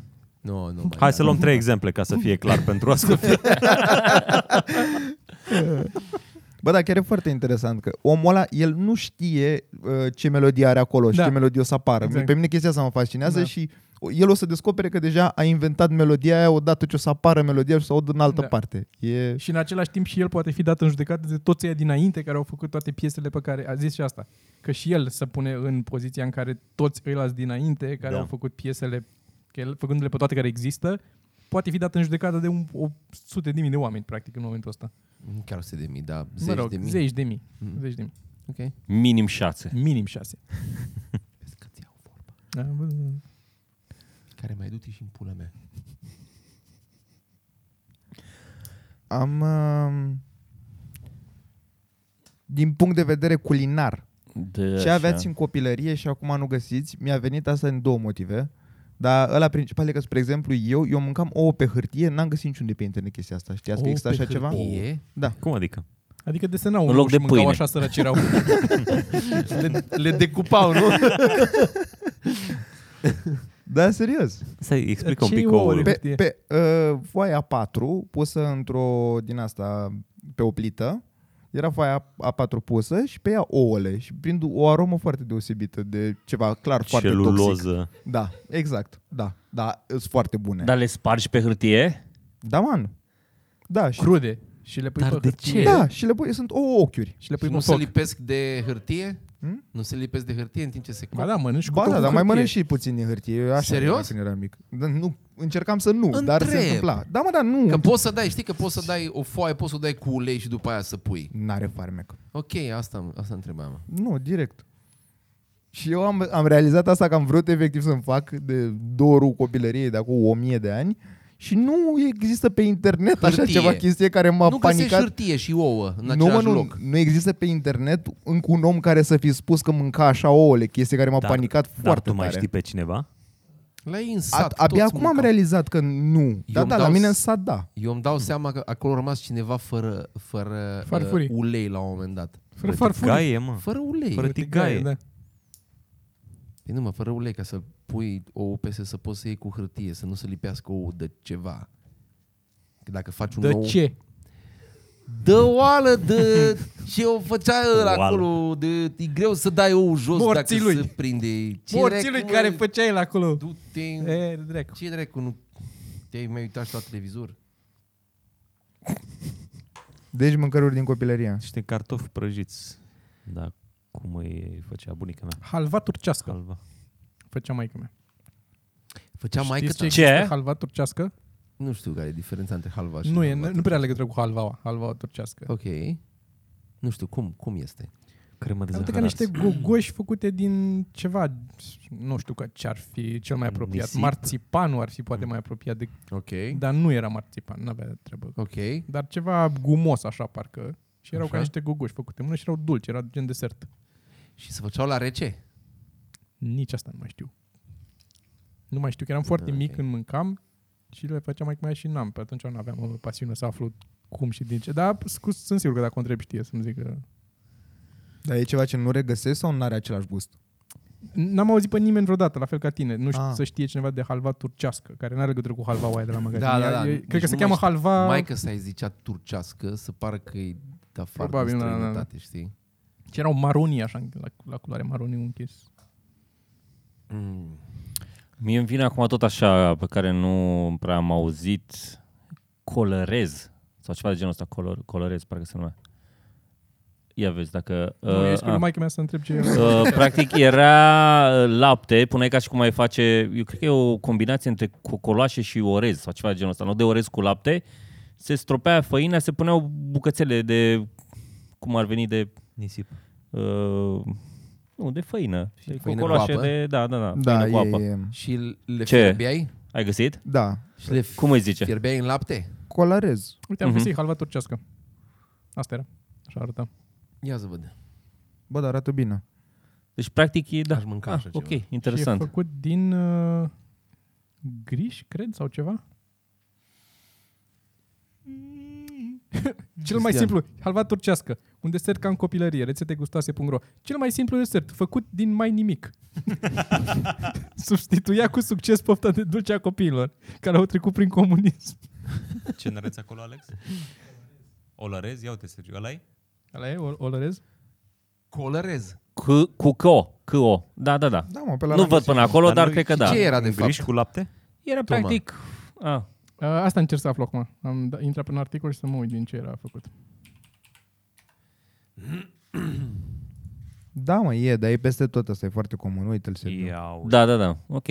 Nu, nu. mai Hai am. să luăm trei exemple ca să fie clar pentru ascultători. Bă, da, chiar e foarte interesant că omul ăla, el nu știe uh, ce melodie are acolo și Da. ce melodie o să apară. Exact. Exact. Pe mine chestia asta mă fascinează Da. da. și o- el o să descopere că deja a inventat melodia aia odată ce o să apară melodia și o să o audă în altă Da. da. parte. E... Și în același timp și el poate fi dat în judecată de toți ei dinainte care au făcut toate piesele pe care a zis și asta. Că și el se pune în poziția în care toți ăilalți dinainte care Da. da. au făcut piesele, că el, făcându-le pe toate care există, poate fi dat în judecată de un, o sute de mii de oameni, practic, în momentul ăsta. Nu chiar 100 de mii, dar Zeci mă 10 rog, de mii. zeci de mii. Mhm. Zeci de mii. Ok. Minim șase. Minim șase. Da, bă, Care mai du-te și în pula mea. Am... Uh, din punct de vedere culinar, De Ce aveați în copilărie și acum nu găsiți, mi-a venit asta din două motive. Dar ăla principal e că, spre exemplu, eu, eu mâncam ouă pe hârtie, n-am găsit niciunde pe internet chestia asta. Știați Ouă că există Oh, pe așa ceva? E? Cum adică? Adică desenau În loc de și mâncau pâine. așa săraci erau. Le, le decupau, nu? Da, serios. Să explic un Ce pic ouă ouăle. de Pe, Hârtie. pe uh, foaia 4, pusă într-o din asta pe o plită, era foaia A4 pusă și pe ea ouăle și prind o aromă foarte deosebită de ceva clar foarte toxic. celuloză. Da, exact. Da, da, sunt foarte bune. Da, Dar le spargi pe hârtie? da man. Da, și, Crude. Și le pui Dar pe de hârtie ce? da, și le pui, sunt ouă ochiuri. Și le Și pui nu pe se foc. lipesc de hârtie? Hmm? Nu se lipesc de hârtie în timp ce se Ba coc? da, mănânci cu Ba tot da, cu dar mai hârtie. mănânc și puțin din hârtie. Eu așa Serios? era Când eram mic. Dar nu, încercam să nu, Întreb. dar se Întreb. întâmpla. Da, mă, dar nu. Că poți să dai, știi că poți să dai o foaie, poți să o dai cu ulei și după aia să pui. N-are farmec. Ok, asta, asta întrebam. Nu, direct. Și eu am, am realizat asta că am vrut efectiv să-mi fac de dorul copilăriei de acum o mie de ani și nu există pe internet așa Hârtie. ceva chestie care m-a nu găsești panicat. hârtie și ouă nu, în mă, același nu, loc. nu există pe internet încă un om care să fi spus că mânca așa ouăle, chestie care m-a Dar- panicat Dar foarte tu mai tare. știi pe cineva? La ei în A, sat, abia toți acum am mâncau. realizat că nu. Da, îmi da, la dau mine s- în sat, da. Eu îmi dau seama că acolo a rămas cineva fără, fără Farfurii. Uh, ulei la un moment dat. Fără Bă, farfurii. Gaie, mă. Fără ulei. Fără Fără... tigaie. Da. Păi nu mă, fără ulei, ca să pui ouă peste să poți să iei cu hârtie, să nu se lipească ouă de ceva. Că dacă faci un De ou... ce? Dă oală de ce o făcea ăla Oală. acolo. De, e greu să dai ou jos Morții dacă lui. se prinde. Ce Morții lui dracu, care mă, făcea el acolo. Du-te... E, dracu. Ce dracu, nu... Te-ai mai uitat și la televizor? Deci mâncăruri din copilărie. Niște cartofi prăjiți. Da, cum îi făcea bunica mea. Halva turcească Calva. făcea maică mea. Făcea mai Știți ta. ce Ce? există halva turcească? Nu știu care e diferența între halva și Nu, e, halva. nu prea are legătură cu halvaua, halvaua turcească. Păi, Ok. Nu știu, cum, cum este? Cremă de Arată zahăr ca ars. niște gogoși făcute din ceva, nu știu că ce ar fi cel mai apropiat. Nisip? Marțipanul ar fi poate mai apropiat, de, Ok. dar nu era marțipan, nu avea treabă. Ok. Dar ceva gumos așa parcă. Și erau Așa. ca niște gogoși făcute în mână și erau dulci, era gen desert. Și se făceau la rece? Nici asta nu mai știu. Nu mai știu, că eram foarte Ah, okay. mic ok. când mâncam și le făceam adică mai mea și n-am. Pe atunci nu aveam o pasiune să aflu cum și din ce. Dar scus, sunt sigur că dacă o întreb știe să-mi zic că... Dar e ceva ce nu regăsesc sau nu are același gust? N-am auzit pe nimeni vreodată, la fel ca tine. Nu știu Ah. să știe cineva de halva turcească, care n-are legătură cu halva oaia de la magazin. Da, Ea- da, da. e- Deci Cred că nu se mai cheamă știu. halva... Mai că s-a zicea turcească, să pară că e de afară Probabil, Probabil, da, din da, da. străinătate, știi? Ce erau maronii, așa, la, la culoare maronii un chis. Mm. Mie îmi vine acum tot așa, pe care nu prea am auzit, colorez, sau ceva de genul ăsta, color, colorez, parcă se numea. Ia vezi, dacă... Uh, nu, ești a, uh, maică mea să întreb ce e. uh, practic era uh, lapte, puneai ca și cum ai face, eu cred că e o combinație între cocoloașe și orez, sau ceva de genul ăsta, nu de orez cu lapte, se stropea făina, se puneau bucățele de, cum ar veni, de... Nisip. Uh, nu, de făină. De cu cocoloașe apă? de... Da, da, da. Da, făină cu e, apă. e, Și Ce? le fierbeai? Ai găsit? da. Și le Cum îi zice? fierbeai în lapte? Colarez. Uite, am găsit Mhm. halva turcească. Asta era. Așa arăta. Ia să văd. Bă, dar arată bine. Deci, practic, e, da. Aș mânca așa ok, ceva. Și interesant. e făcut din uh, griș, cred, sau ceva? Cel mai simplu, halva turcească, un desert ca în copilărie, rețete gustoase.ro. Cel mai simplu desert, făcut din mai nimic. Substituia cu succes pofta de dulce a copiilor, care au trecut prin comunism. Ce năreți acolo, Alex? Olărez? Ia uite, Sergiu, ăla Ala e, o, olorez? Colorez. Cu, cu co, cu o. Da, da, da. Da, mă, pe la Nu rând. văd până acolo, dar, cred că da. ce era, de un griș fapt? cu lapte? Era practic... ah, A, Uh, asta încerc să aflu acum. Am da- intrat în articol și să mă uit din ce era făcut. Da, mă, e, dar e peste tot asta, e foarte comun. Uite-l, Ah, Sergiu. da, da, da, ok.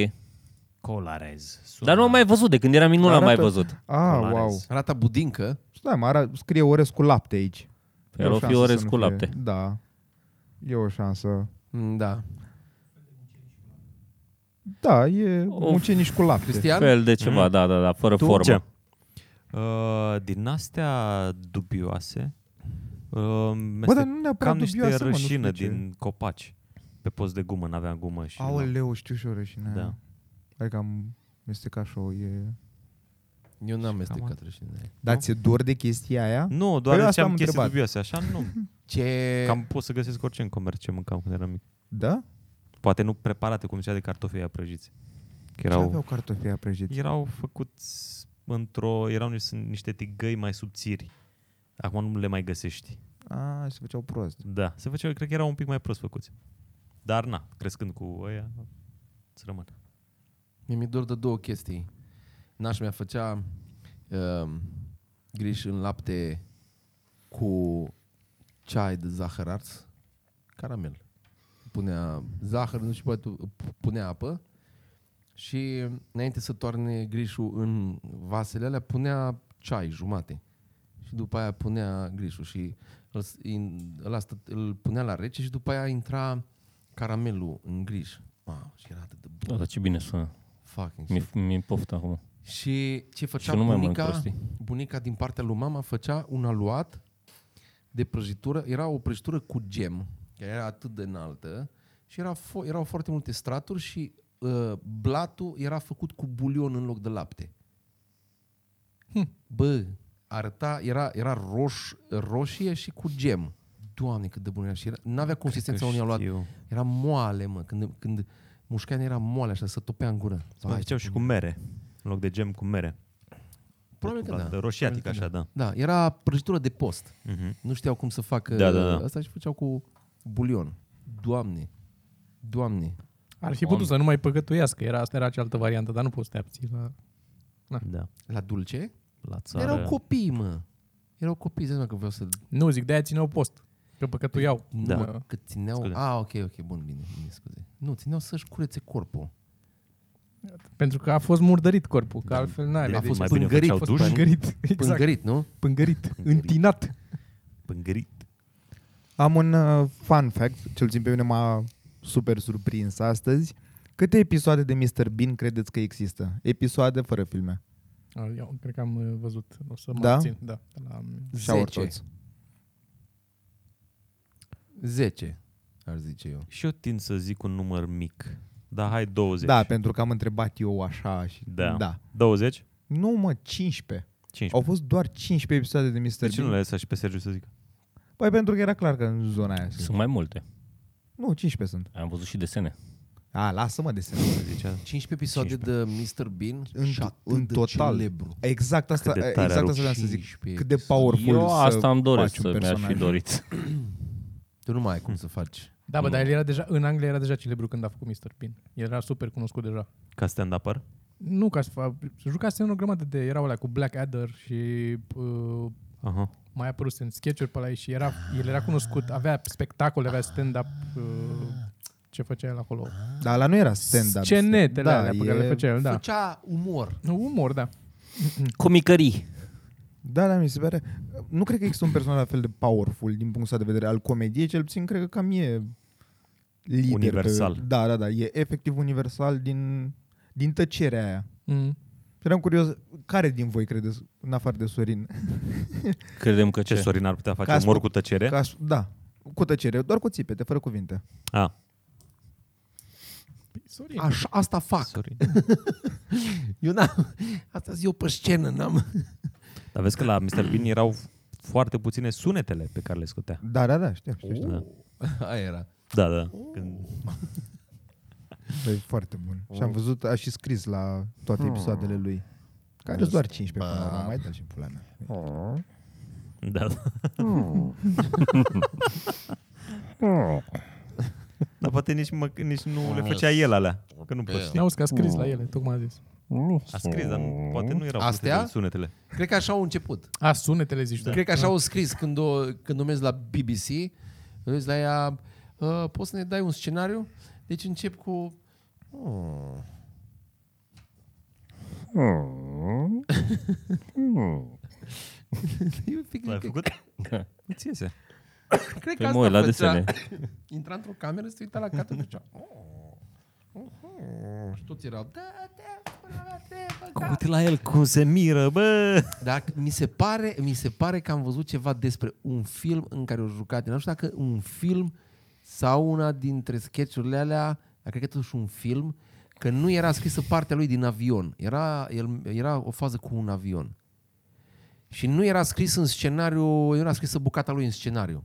Colarez. Sună. Dar nu am mai văzut, de când eram minunat am mai Arată- văzut. Ah, Polaris. wow. Rata budincă. Da, mă, ara, scrie orez cu lapte aici. Păi E ar o fi șansă orez să nu cu fie- lapte. Da. E o șansă. Mm, Da. Da, e Of. mucenici cu lapte. Cristian? Fel de ceva, da, da, da, fără Tu? formă. Uh, din astea dubioase, uh, Bă, dar mestec- nu neapărat cam niște dubioasă, mă, nu știu rășină de ce. din copaci. Pe post de gumă, n-aveam gumă și... Aoleu, știu și o rășină. aia. Da. Adică am mestecat și o... E... Eu n-am mestecat rășinile. Dar ți-e dor de chestia aia? Nu, doar eu păi asta am am chestii întrebat. dubioase, așa nu. Ce... Cam pot să găsesc orice în comerț ce mâncam când eram mic. Da? Poate nu preparate cum cea de cartofi aia prăjiți. Că Ce aveau erau, cartofii aia prăjiți? erau făcuți într-o... Erau niște, niște tigăi mai subțiri. Acum nu le mai găsești. A, se făceau prost. Da, se făceau, cred că erau un pic mai prost făcuți. Dar na, crescând cu ăia, îți rămân. Mi-e mi dor de două chestii. Naș mi-a făcea uh, griș în lapte cu ceai de zahăr ars, caramel. Punea zahăr, nu știu, poate punea apă și înainte să toarne grișul în vasele alea, punea ceai jumate. Și după aia punea grișul și îl, s- in- îl, asta, îl punea la rece și după aia intra caramelul în griș. Wow, și era atât de Da, bun. dar ce bine sună. Fucking Mi- Mi-e poftă acum. și ce făcea Și nu mai mănânc bunica, prostii. bunica din partea lui mama făcea un aluat de prăjitură, era o prăjitură cu gem, care era atât de înaltă și era fo- erau foarte multe straturi și uh, blatul era făcut cu bulion în loc de lapte. Hm. Bă, arăta, era, era roș, roșie și cu gem. Doamne, cât de bun era și era, n-avea consistența unui aluat. Știu. Era moale, mă, când, când mușcai era moale așa, se topea în gură. Mai făceau și cu mere. În loc de gem, cu mere. Probabil că Cu da. blandă Roșiatic, Probabil așa, că da. Da, era prăjitură de post. Mhm. Nu știau cum să facă Da, da, da. asta și făceau cu bulion. Doamne, doamne. Ar fi putut să nu mai păcătuiască, era, asta era cealaltă variantă, dar nu poți să te abții la... Da. La dulce? La Țară. țară. Erau copii, mă. Erau copii, zic că vreau să... Nu, zic, de-aia țineau post, că păcătuiau. Da. Mă, Mă, că țineau... Scuze. Ah, ok, ok, bun, bine, bine, scuze. Nu, țineau să-și curețe corpul. Exact. Pentru că a fost murdărit corpul, că altfel n-ai. A A fost mai bine pângărit, făceau a fost duș. pângărit, pângărit, exact. pângărit, nu? Pângărit, întinat. Pângărit. Am un uh, fun fact, cel puțin pe mine m-a super surprins astăzi. Câte episoade de Mr. Bean credeți că există? Episoade fără filme. A, Eu cred că am uh, văzut, o să mă Da? țin. Da, de la... Și Zece. toți. 10, ar zice eu. Și eu tind să zic un număr mic. Da, hai 20. Da, pentru că am întrebat eu așa și Da. da. 20? Nu, mă, 15. 15. Au fost doar 15 episoade de Mr. De ce Păi Deci nu Bean. le-ai lăsat și pe Sergiu să zică? Păi pentru că era clar că în zona aia sunt. Sunt mai multe. Nu, 15 sunt. Am văzut și desene. A, lasă-mă de seama. Zicea, 15 episoade de Mr. Bean În- și atât în de total. celebru. Exact asta, de tare exact arăt. asta vreau să zic. 15 Cât de powerful Eu să asta îmi doresc faci un să mi-aș fi personaj. dorit. Tu nu mai ai Mm. cum să faci. Da, bă, dar el era deja, în Anglia era deja celebru când a făcut Mr. Bean. El era super cunoscut deja. Ca stand-upper? Nu, ca să fac, se jucase în o grămadă de, erau alea cu Blackadder și uh, Aha. mai apărut în sketch-uri pe la ei și era, el era cunoscut, avea spectacole, avea stand-up, uh, ce făcea el acolo. Dar Da, la nu era stand-up. Scenetele da, alea pe care le făcea el, da. Făcea umor. Umor, da. Comicării. Da, da, mi se pare. Nu cred că există un personaj la fel de powerful din punctul ăsta de vedere al comediei, cel puțin cred că cam e lider. Universal. Pe, da, da, da, e efectiv universal din, din tăcerea aia. Mm. Și eram curios, care din voi credeți, în afară de Sorin? Credem că Ce, ce? Sorin ar putea face Ca umor ascult- cu tăcere? Că aș, da, Cu tăcere, doar cu țipete, fără cuvinte. A, Sorin. Așa, asta fac. sorry. Eu n-am... Asta zi eu pe scenă, n-am... Dar vezi că la Mr. Bean erau foarte puține sunetele pe care le scotea. Da, da, da, știu, știu, știu. Da, Aia era. da. da. Când... Băi, foarte bun. Și am văzut, a și scris la Hmm. toate episoadele lui. Care sunt doar 15 până la urmă, mai dă și pula mea. Oh. Da, da. Dar poate nici, mă, nici nu le făcea el alea. Că nu Da. poți ști. N-auzi că a scris la ele, tocmai a zis. A scris, dar nu, poate nu erau Astea? putere sunetele. Cred că așa au început. A, sunetele zici Da. tu. Cred că așa au scris când o, când o mergi la BBC, o la ea, "Uh, poți să ne dai un scenariu? Deci încep cu... "Oh." Eu fi- L-ai cred- făcut? Da. Nu ți iese. Cred că Pe asta moi, la făcea. desene. Intra într-o cameră, se uita la cată, făcea... "Oh." Și toți erau... "Da, da, până la treabă, da." Uite la el cum se miră, bă! Dar mi se, pare, mi se pare că am văzut ceva despre un film în care o jucat. Nu știu dacă un film sau una dintre sketchurile alea, dar cred că totuși un film, că nu era scrisă partea lui din avion. Era, el, era o fază cu un avion. Și nu era scris în scenariu, nu era scrisă bucata lui în scenariu.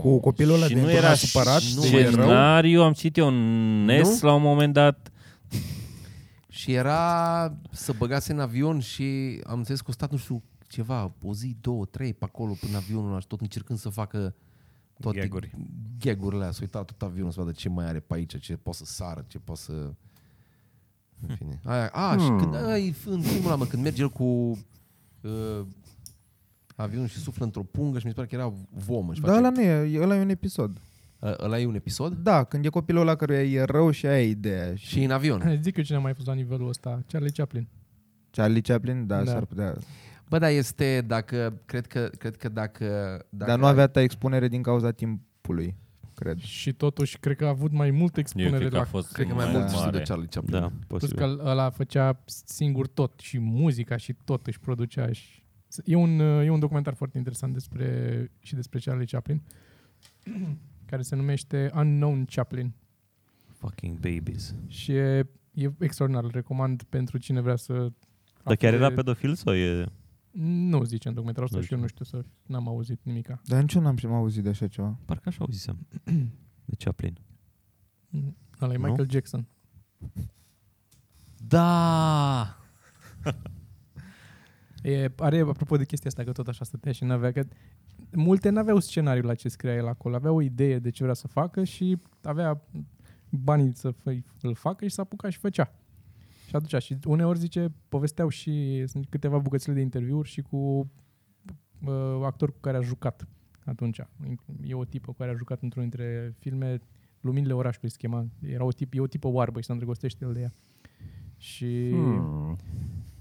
Cu copilul ăla Și de nu era supărat, și- de el rău. Scenariu, am citit eu în NES la un moment dat. Și era să băgase în avion și am înțeles că a stat, nu știu, ceva, o zi, două, trei pe acolo până avionul ăla și tot încercând să facă toate Gag-uri. gag-urile alea. S-a uitat tot avionul să vadă ce mai are pe aici, ce poate să sară, ce poate să... În fine. Aia, a, și Hmm. când, ai, în filmul ăla, mă, când merge el cu uh, avionul și suflă într-o pungă și mi se pare că era vomă. Și Da, ăla nu e, ăla e un episod. face, ăla e un episod? Da, când e copilul ăla căruia e rău și aia e ideea. Și Și în avion. Da. Zic eu cine a mai fost la nivelul ăsta, Charlie Chaplin. Charlie Chaplin, da, Da. da. s-ar putea. Dacă Bă, da, este, dacă, cred că, cred că dacă... dacă Dar nu avea ta expunere din cauza timpului, cred. Și totuși, cred că a avut mai multă Eu expunere cred că a la... fost Cred că mai Da. mult știu mare. de Charlie Chaplin. Da, Plus posibil. că ăla făcea singur tot și muzica și tot își producea și... E un, e un documentar foarte interesant despre, și despre Charlie Chaplin care se numește Unknown Chaplin Fucking babies. și e, e extraordinar, îl recomand pentru cine vrea să... Dar chiar afle- era pedofil sau e... Nu zice în documentarul ăsta Nu și eu nu știu să... N-am auzit nimica. Dar nici eu n-am am auzit de așa ceva. Parcă așa auzisem. De Chaplin. Ăla e Nu? Michael Jackson. Da! E, are, apropo de chestia asta, că tot așa stătea și n-avea, că multe n-aveau scenariul la ce scria el acolo, avea o idee de ce vrea să facă și avea banii să fă, îl facă și s-a apucat și făcea. Și atunci, și uneori zice, povesteau și sunt câteva bucățile de interviuri și cu uh, actori cu care a jucat atunci. E o tipă cu care a jucat într-unul dintre filme, Luminile orașului se chema. Era o tip, e o tipă oarbă și se îndrăgostește el de ea. Și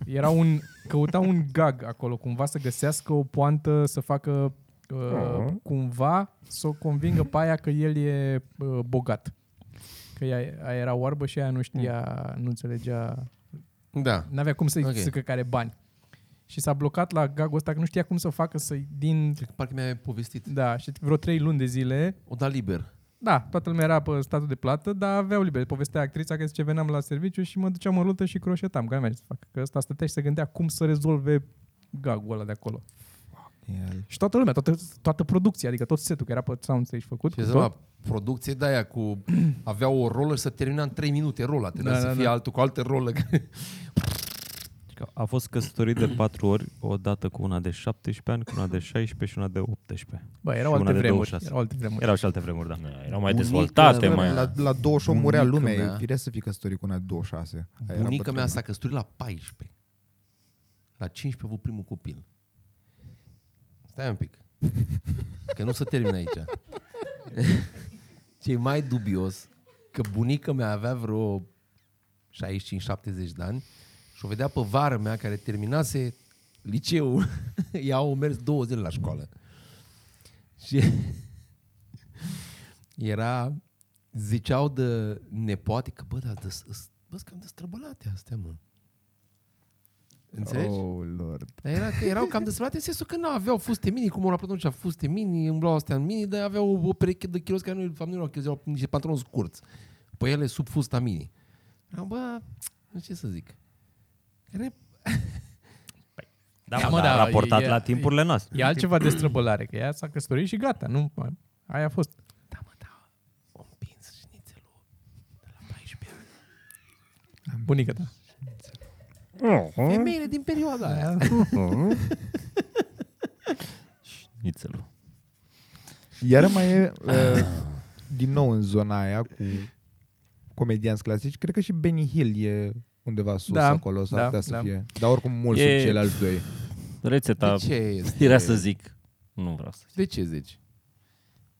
era un, căuta un gag acolo, cumva să găsească o poantă, să facă uh, cumva să o convingă pe aia că el e uh, bogat. Că ea, aia era oarbă și aia nu știa, nu înțelegea, Da. n-avea cum să-i Ok. okay. zică care bani. Și s-a blocat la gagul ăsta că nu știa cum să o facă să-i din... Cred că parcă mi-ai povestit. Da, și vreo trei luni de zile O da liber. da, toată lumea era pe statul de plată, dar aveau liber. Povestea actrița că zice, veneam la serviciu și mă duceam în rută și croșetam. Că n-am ce să fac. Că ăsta stătea și se gândea cum să rezolve gagul ăla de acolo. El. Și toată lumea, toată, toată producția, adică tot setul care era pe soundstage făcut. Ce cu zi, tot. la producție de aia cu... Avea o rolă și să termina în 3 minute rola. Trebuia da, să da, fie da. altul cu altă rolă. Că Adică A fost căsătorit de patru ori, o dată cu una de 17 ani, cu una de 16 și una de 18. Bă, erau Și una alte de vremuri. 26. Erau alte vremuri. Erau și alte vremuri, da. Da, Erau mai dezvoltate, Bunică, mai... La, la 28 murea Bunica lumea, mea. e firesc să fii căsătorit cu una de 26. Aia era Bunica mea bătrână. s-a căsătorit la 14. La 15 a avut primul copil. Stai un pic. Că nu se termină aici. ce mai dubios, că bunica mea avea vreo 65-70 de ani și o vedea pe vară mea care terminase liceul. Ea au mers două zile la școală. Și era, ziceau de nepoate că bă, dar dă- îs- bă, sunt cam destrăbălate astea, mă. Înțelegi? Oh. Oh, lord. Era, că erau cam desfălate în sensul că nu aveau fuste mini, cum au la atunci fuste mini, îmblau astea în mini, dar aveau o pereche de chiloți care nu, de fapt, nu erau chiloți, erau niște pantaloni scurți. Pe ele sub fusta mini. Am, bă, nu știu ce să zic. Care Da, Ia, mă, mă, mă, da, da, raportat e- la timpurile noastre. E altceva de străbălare, că ea s-a căsătorit și gata, nu? mai- Aia a fost. Da, mă, da, o împins șnițelul de la 14 ani. Bunica ta. Femeile din perioada aia. Nițelul. Iar mai e, uh, din nou în zona aia cu comedianți clasici, cred că și Benny Hill e undeva sus Da, acolo, s-ar da, putea să da. fie. Dar oricum mult E- sunt ceilalți doi. Rețeta, De ce este? Da. era să zic. Nu vreau să zic. De ce zici?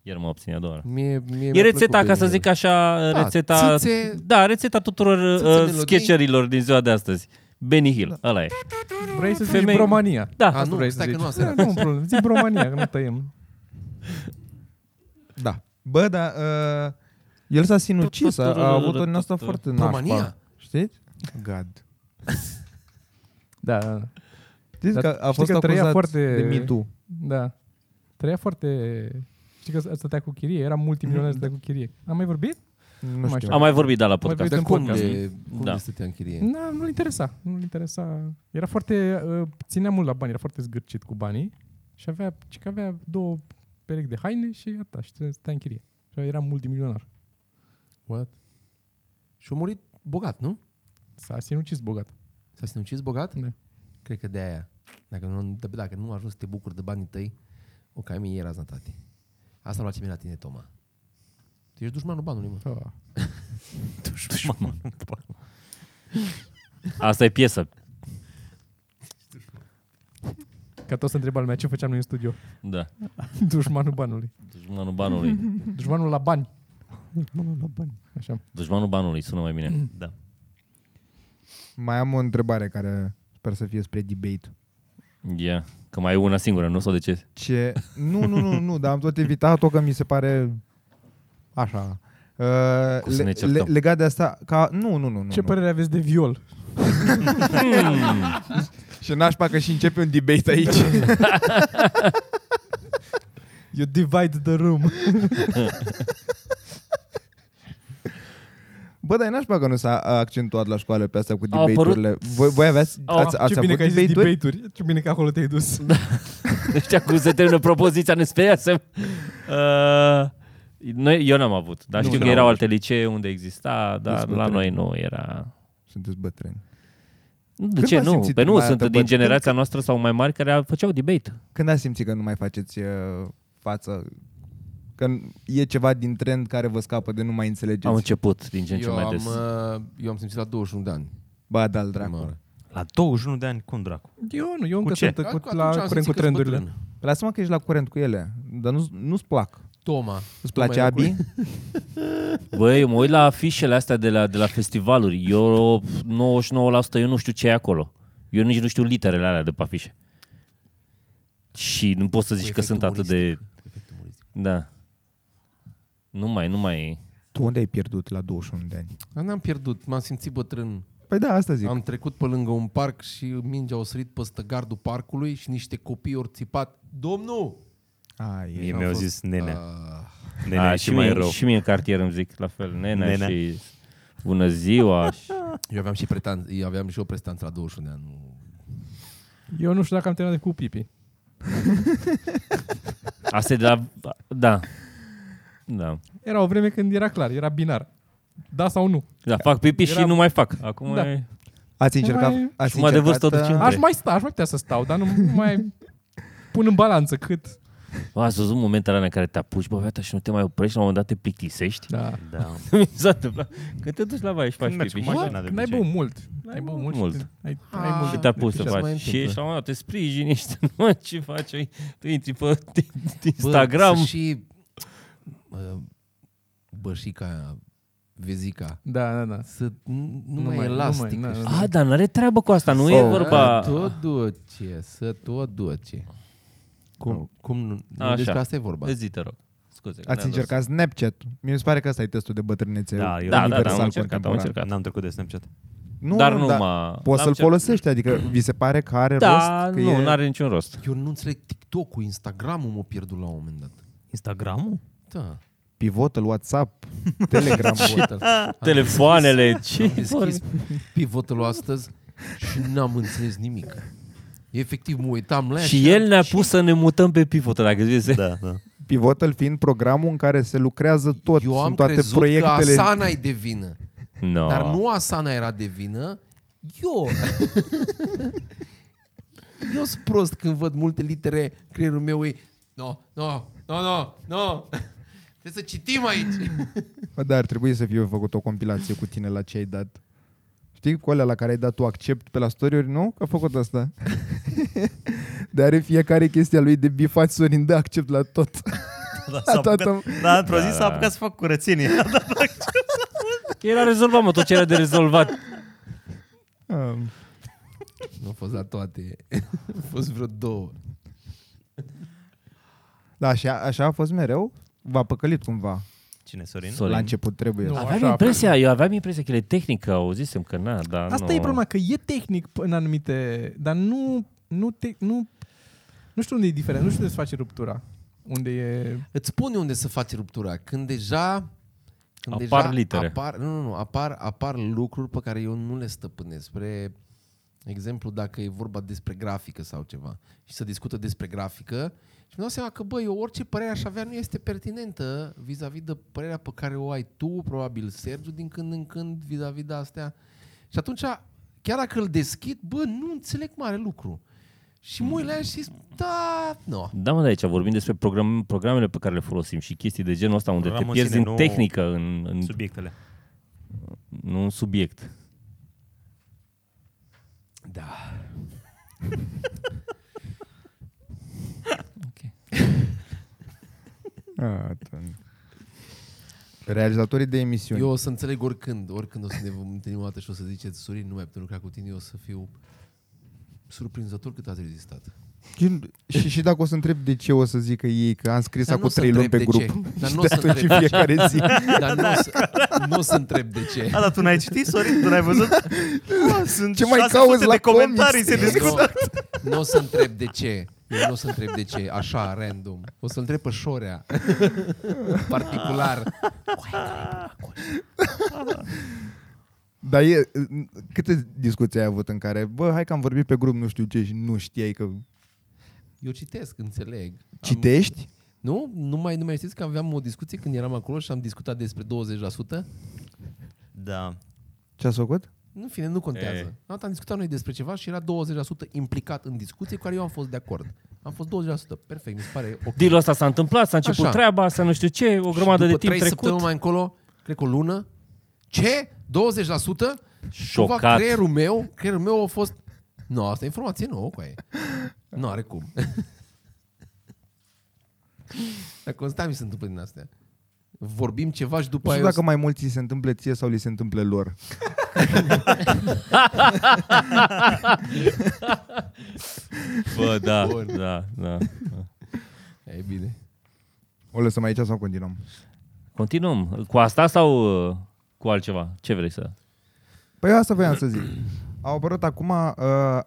Iar mă obțin a doua oară. Mie, mie E mi-a rețeta, plăcut ca să Benny zic așa, Da, rețeta... țâțe- da, rețeta tuturor țâțe uh, melodii. sketcherilor din ziua de astăzi. Benny Hill, ăla e. Vrei să zici Femei. Bromania. Da, A, nu, Vrei să stai că zici. nu asta era. Nu, nu, problem. Zic Bromania, că nu tăiem. Da. Bă, dar uh, el s-a sinucis, a, a avut o din asta foarte nașpa. România? Știți? God. Da, da, da. Știți Dar că a știi fost că trăia acuzat foarte- de Me Too. da. Trăia foarte... Știi că stătea cu chirie? Era multimilionar, stătea cu chirie. Am mai vorbit? Nu mai știu. Am mai vorbit, da, la vorbit podcast. în Dar cum podcast. de, cum Da. de stătea în chirie? Da, nu-l interesa. Nu-l interesa. Era foarte... uh, Ținea mult la bani, era foarte zgârcit cu banii și avea, ci că avea două perechi de haine și gata, și stătea în chirie. Și era multimilionar. What? Și a murit bogat, nu? S-a sinucis bogat. S-a sinucis bogat? Da. Cred că de aia. Dacă nu, d- dacă nu ajungi să te bucuri de banii tăi, o ca mie era tati. Asta îmi place mie la tine, Toma. Tu ești dușmanul banului, mă. Ah. Asta e piesă. Ca tot să întreba lumea ce făceam noi în studio. Da. Dușmanul banului. Dușmanul banului. Dușmanul la bani. Dușmanul la bani. Așa. Dușmanul banului, sună mai Mm. bine. Da. Mai am o întrebare care sper să fie spre debate. Ia. Că mai e una singură, nu? Sau de ce? Ce? Nu, nu, nu, nu, dar am tot evitat-o că mi se pare așa. Uh, Că o să ne le, le, certăm. legat de asta, ca, nu, nu, nu, nu. Ce nu. părere aveți de viol? Și nașpa că și începe un debate aici. You divide the room. Bă, dar e nașpa că nu s-a accentuat la școală pe asta cu Au apărut- debate-urile. Voi, voi aveați, Au- ați, Ah, ați Ce bine avut că ai zis debate-uri? debate-uri. Ce bine că acolo te-ai dus. Deci acum se termină propoziția, ne speriasem. Uh, noi, eu n-am avut, dar Nu, nu, nu știu că am erau avut. alte licee unde exista, dar Dezbatere. la noi nu era. Sunteți bătrâni. De Când ce v-ați nu? simțit Pe nu, prima dată, sunt bă, din când- generația noastră sau mai mari care făceau debate. Când ați simțit că nu mai faceți uh, față? Că n- e ceva din trend care vă scapă de nu mai înțelegeți? Am început din ce în ce Eu mai am, des. uh, eu am simțit la 21 de ani. Ba, da, prima dracu. oară. La 21 de ani, cum dracu? Eu nu, eu încă ce? sunt Atunci cu, am la simțit curent cu că-s trendurile. bătrân. Păi Lasă-mă că ești la curent cu ele, dar nu, nu-ți plac. Toma. Îți place Toma e Abi? cu- Băi, eu mă uit la afișele astea de la, de la festivaluri. Eu 99% eu nu știu ce e acolo. Eu nici nu știu literele alea de pe afișe. Și nu poți să zici că efect sunt atât de... Da. Nu mai, nu mai... Tu unde ai pierdut la 21 de ani? Dar N-am pierdut, m-am simțit bătrân. Păi da, asta zic. Am trecut pe lângă un parc și mingea au sărit peste gardul parcului și niște copii au țipat. Domnul! Ai, e. Mie mi-au zis nene. Ah, Nene A, e și mai mie, rău. Și mie în cartier îmi zic la fel. Nena, Nenea. și... Bună ziua! Și... Eu aveam și, pretanț, eu aveam și o prestanță la 21 de ani. nu- Eu nu știu dacă am terminat cu pipi. Asta e de la... Da. Da. Era o vreme când era clar, era binar. Da sau nu. Da, fac pipi și Era- nu mai fac. Acum Da. e... Ați încercat... mai- Ați Păi Și mă de vârstă încercat, de uh, cinci. Aș mai sta, aș mai putea să stau, dar nu nu mai pun în balanță cât. Bă, ați văzut momentele alea în care te apuci, bă, gata, și nu te mai oprești, la un moment dat te plictisești? Da. Da. Mi s-a întâmplat. Când te duci la baie și faci Când mergi pipi cu și, mașina. Mașina de Când ai obicei. băut mult. Ai băut mult. și mult. te- Ai, Ah. ai mult. și te apuci de să picior. mai faci. întâmplă. Și ești la un moment dat, te sprijini și nu ce faci, ai- tu intri pe Instagram. Bă, și... bă, Bășica aia, vezica. Da, da, da. Să nu, nu mai- mai nu mai- e elastică. na, știi? na, A, dar n-are treabă cu asta, nu e Oh. vorba... Să tot duce, să tot duce. Cum, cum nu, nu Așa. deci că asta e vorba. Zi, te rog. Scuze. că Ați ne-am încercat Snapchat. Mi se pare că ăsta e testul de bătrânețe Da, Da, da, eu da, am universal încercat, am contemporan. încercat. N-am trecut de Snapchat. Nu, dar nu da, m-a... Poți l-am să-l cerut. folosești, adică vi se pare că are Da, rost? Că nu, e... n-are niciun rost. Eu nu înțeleg TikTok-ul, Instagram-ul mă pierdut la un moment dat. Instagram-ul? Da. Pivotul, WhatsApp, Telegram. Telefoanele, Am ce deschis pivotul astăzi și n-am înțeles nimic. Efectiv, mă uitam la ea Și el ne-a pus să ne mutăm pe pivotă, dacă zice. Da. Da, da. Pivotul fiind programul în care se lucrează tot, Eu am sunt toate crezut proiectele. că Asana e de vină. No. Ah. Dar nu Asana era de vină, eu. eu sunt prost când văd multe litere, creierul meu e... No, no, no, no, no. Trebuie să citim aici. Bă, dar ar trebui să fie făcut o compilație cu tine la ce ai dat. Știi, cu alea la care ai dat tu accept pe la story nu? Că a făcut asta. dar are fiecare chestia lui de bifat Sorin, dă accept la tot. Da, s-a Toată- apucat, da, într-o zi s-a apucat să fac curățenie. El a rezolvat, mă, tot ce era de rezolvat. Ah. Am. Nu a fost la toate. Au fost vreo două. Da, așa, așa a fost mereu? V-a păcălit cumva. Cine, Sorin? Sorin. La început trebuie. să- Aveam impresia, eu aveam impresia că el e tehnică, auzisem că na, dar Asta nu. e problema, că e tehnic p- în anumite... Dar nu... Nu, te, nu, nu știu unde e diferent, nu știu unde se face ruptura. Unde e... Îți spune unde să faci ruptura. Când deja... Când Apar deja litere. Apar, nu, nu, nu. Apar, apar lucruri pe care eu nu le stăpânesc. Spre exemplu, dacă e vorba despre grafică sau ceva și se discută despre grafică și mi dau seama că, bă, eu orice părere aș avea nu este pertinentă vis-a-vis de părerea pe care o ai tu, probabil Sergiu, din când în când vis-a-vis de astea. Și atunci, chiar dacă îl deschid, bă, nu înțeleg mare lucru. Și mă uit la el și zic, da, nu. No. Da, mă, de aici vorbim despre program, programele pe care le folosim și chestii de genul ăsta unde Programul te în pierzi sine, în nu tehnică, în, în, Subiectele. nu în subiect. Da. A, atunci. Realizatorii de emisiuni. Eu o să înțeleg oricând, oricând o să ne vom întâlni o dată și o să ziceți, Sorin, nu mai putem lucra cu tine, eu o să fiu surprinzător cât ați rezistat. Și- Și, și dacă o să întreb de ce o să zic că ei, că am scris Dar acum nu o să Exact, trei luni pe întreb grup. de ce. Dar și nu o de să atunci întreb de ce. fiecare zi. Dar nu o să, nu o să întreb de ce. A, dar tu n-ai citit, Sorin? Tu n-ai văzut? Ah, Sunt Ce mai 600 cauți la de comentarii, comics? se Eu discută. Nu, nu o să întreb de ce. Eu nu o să întreb de ce, așa, random. O să întreb pe șorea, particular. Dar e, câte discuții ai avut în care, bă, hai că am vorbit pe grup, nu știu ce, și nu știai că... Eu citesc, înțeleg. Am- Citești? Nu? Nu mai, nu mai știți că aveam o discuție când eram acolo și am discutat despre 20%? Da. Ce ați făcut? În fine, nu contează. E. E. Am discutat noi despre ceva și era 20% implicat în discuție cu care eu am fost de acord. Am fost 20%. Perfect, mi se pare ok. Dealul ăsta s-a întâmplat, s-a început Așa. treaba, s-a nu știu ce, o grămadă de Și după timp trei trecut. săptămâni mai încolo, cred că o lună, ce? 20%? Cumva Șocat. creierul meu, creierul meu a fost... Nu, asta e informație nouă, cu aia. Nu are cum. Dar constant mi se întâmplă din astea. Vorbim ceva și după Nu aia... știu o dacă mai mulți ți se întâmplă ție sau li se întâmplă lor. Bă, da, Bun. da, da. să- E bine. O lăsăm aici sau continuăm? Continuăm. Cu asta sau uh, cu altceva? Ce vrei să... Păi eu asta voiam să zic. Au apărut acum, uh,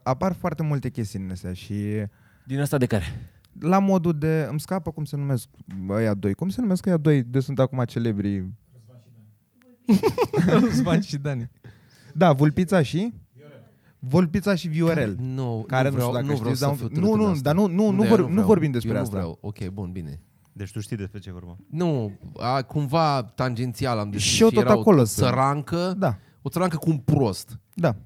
apar foarte multe chestii în astea și Din asta de care? la modul de, îmi scapă cum se numesc ăia doi, cum se numesc ăia doi de sunt acum celebri? Zvan și Dani. Da, Vulpița și? Volpița și Viorel. Nu, Care nu nu vreau, știu dacă nu vreau știți, dar- să fiu nu, târât nu, în asta. dar nu- nu- nu eu vor- nu vreau. vorbim despre eu asta. Nu vreau. Ok, bun, bine. Deci tu știi despre ce e vorba. Nu, a, cumva tangențial am deschis Și eu tot era acolo o sunt. țărancă, Da, o țărancă cu un prost. da.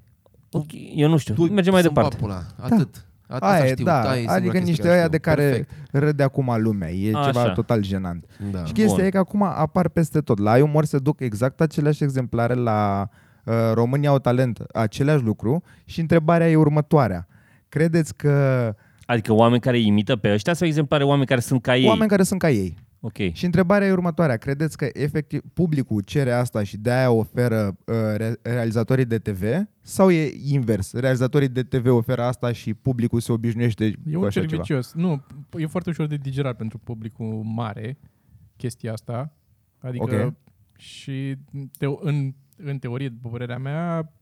Ok, eu nu știu. Mergem mai să-mi departe. bag Pula. Atât. Atât Aia, Aia, e, știu. da, Aia e singura adică chestie niște care aia știu. de care Perfect. râde acum lumea. E Așa. ceva total jenant. Da. Și chestia Bun. e că acum apar peste tot. La iUmor se duc exact aceleași exemplare la uh, România au talent, același lucru și întrebarea e următoarea. Credeți că Adică oameni care îi imită pe ăștia sau exemplare oameni care sunt ca ei? oameni care sunt ca ei Ok. și întrebarea e următoarea. Credeți că efectiv publicul cere asta și de-aia oferă uh, re- realizatorii de TV sau e invers? Realizatorii de TV oferă asta și publicul se obișnuiește E cu un așa cerc ceva? vicios. Nu, p- e foarte ușor de digerat pentru publicul mare chestia asta. Adică Ok. și te, în, în teorie, după părerea mea,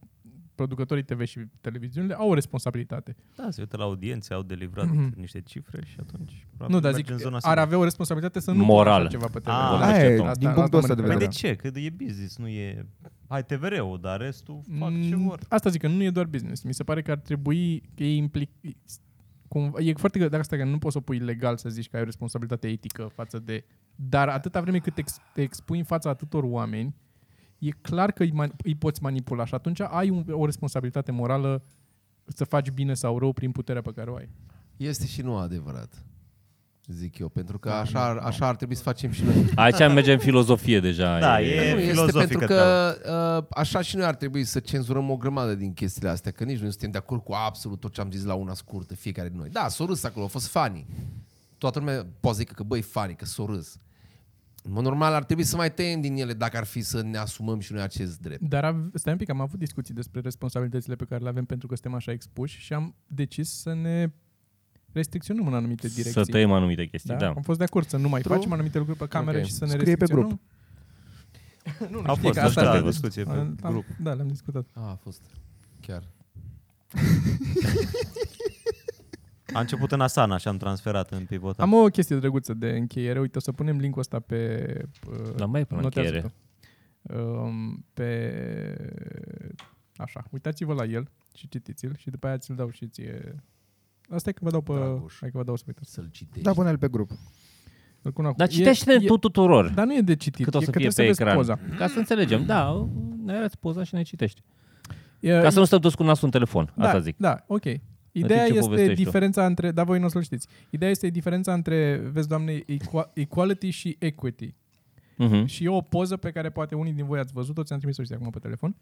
producătorii TV și televiziunile au o responsabilitate. Da, se uită la audiențe, au de livrat Mhm. niște cifre și atunci... nu, probabil dar merge zic, Da, în zona ar asta. avea o responsabilitate să nu Morală. pună așa ceva pe TV. Ah, Asta- Aia e, asta din am punctul ăsta de referit. Păi vedere. de ce? Că e business, nu e... Hai TVR-ul, dar restul fac ce Mm, vor. Asta zic că nu e doar business. Mi se pare că ar trebui că e implic... Cum, e foarte greu, dacă stai că nu poți să o pui legal să zici că ai o responsabilitate etică față de... Dar atâta vreme cât ex, te expui în fața atâtor oameni, e clar că îi, man, îi poți manipula și atunci ai un, o responsabilitate morală să faci bine sau rău prin puterea pe care o ai. Este și nu adevărat, zic eu, pentru Da. că așa, ar- așa ar trebui să facem și noi. Aici mergem în filozofie deja. Da, Nu, e- este filozofică pentru că uh, așa și noi ar trebui să cenzurăm o grămadă din chestiile astea, că nici nu suntem de acord cu absolut tot ce am zis la una scurtă, fiecare din noi. Da, s-a râs acolo, au fost fanii. Toată lumea poate zică că băi, fanii, că s-a râs. În mod normal ar trebui să mai tăiem din ele dacă ar fi să ne asumăm și noi acest drept. Dar av- stai un pic, am avut discuții despre responsabilitățile pe care le avem pentru că suntem așa expuși și am decis să ne restricționăm în anumite direcții. Să tăiem anumite chestii, Da? da. da. Am fost de acord să nu mai True. facem anumite lucruri pe camere Ok. și să ne Scrie pe restricționăm. nu, nu A știu, fost, că nu asta a știu, a fost. discuție pe Am- grup. Da, le-am discutat. A, a fost chiar. A început în Asana și am transferat în pivot. Da. Am o chestie drăguță de încheiere. Uite, o să punem linkul ăsta pe... uh, Dar mai e până la notează încheiere. tu. Um, Pe... Așa, uitați-vă la el și citiți-l și după aia ți-l dau și ție. Asta e că vă dau pe... Dragoș. Hai că vă dau să vă uitați. Să-l citești. Da, pune-l pe grup. Îl pun acum. Dar E- citește e- tu tuturor. Dar nu e de citit, Cât o e să că fie trebuie vezi pe ecran. poza. Ca să înțelegem. Da, ne arăți poza și ne citești. E- Ca să nu stăm toți cu nasul în telefon. da, Asta zic. Da, ok. Ideea timp ce este povestești tu. diferența între, da, voi nu o să-l știți. Ideea este diferența între, vezi, doamne, equa- equality și equity. Mhm. Și e o poză pe care poate unii din voi ați văzut-o, ți-am trimis-o și acum pe telefon,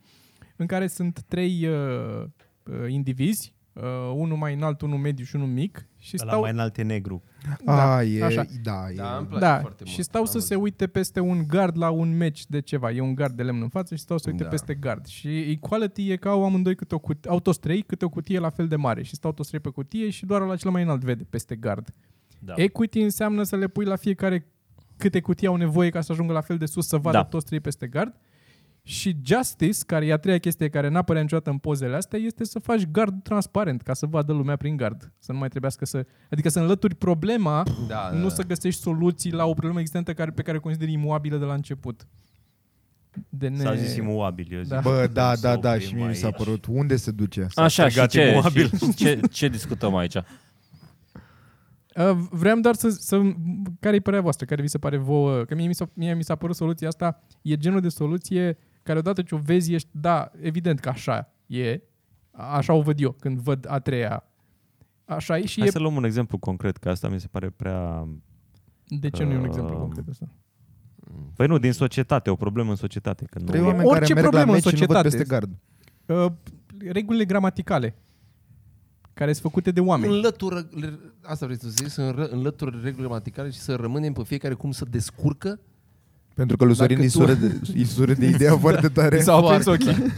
în care sunt trei uh, uh, indivizi, uh, unul mai înalt, unul mediu și unul mic, și La stau, mai înalt e negru. Da, A, e, așa. da, e. Da, îmi place da, foarte și mult. stau Am să văzut. se uite peste un gard la un meci de ceva. E un gard de lemn în față și stau să se uite Da. peste gard. Și equality e că au amândoi câte o cutie, au toți trei câte o cutie la fel de mare și stau toți trei pe cutie și doar la cel mai înalt vede peste gard. Da. Equity înseamnă să le pui la fiecare câte cutii au nevoie ca să ajungă la fel de sus să vadă Da. toți trei peste gard. Și justice, care e a treia chestie care n-apărea niciodată în pozele astea, este să faci gard transparent, ca să vadă lumea prin gard. Să nu mai trebuiască să... Adică să înlături problema Da, nu să găsești soluții la o problemă existentă care, pe care o consideri imobilă de la început. De ne... S-a zis imuabil, eu zic. Da. Bă, da, Să da, da, oprim și mie mi s-a aici. părut. Unde se duce? Așa, și strigat ce, imobil. și ce, ce discutăm aici? Uh, Vreau doar să... să care e părerea voastră? Care vi se pare vouă? Că mie mi, s-a, mie mi s-a părut soluția asta. E genul de soluție care odată ce o vezi ești... Da, evident că așa e. A- Așa o văd eu când văd a treia. Așa e și Hai e... să luăm un exemplu concret, că asta mi se pare prea... De ce nu e un Um, exemplu concret ăsta? Păi nu, din societate, o problemă în societate. Că nu Trei oameni care Orice merg la problemă în meci și nu văd societate. peste gard. Uh, regulile gramaticale care sunt făcute de oameni. Înlătură, le- asta vrei să zici, să înră- înlătură regulile gramaticale și să rămânem pe fiecare cum să descurcă Pentru că lui Dacă Sorin îi tu- sură de, îi sură de ideea foarte tare. S-au aprins ochii.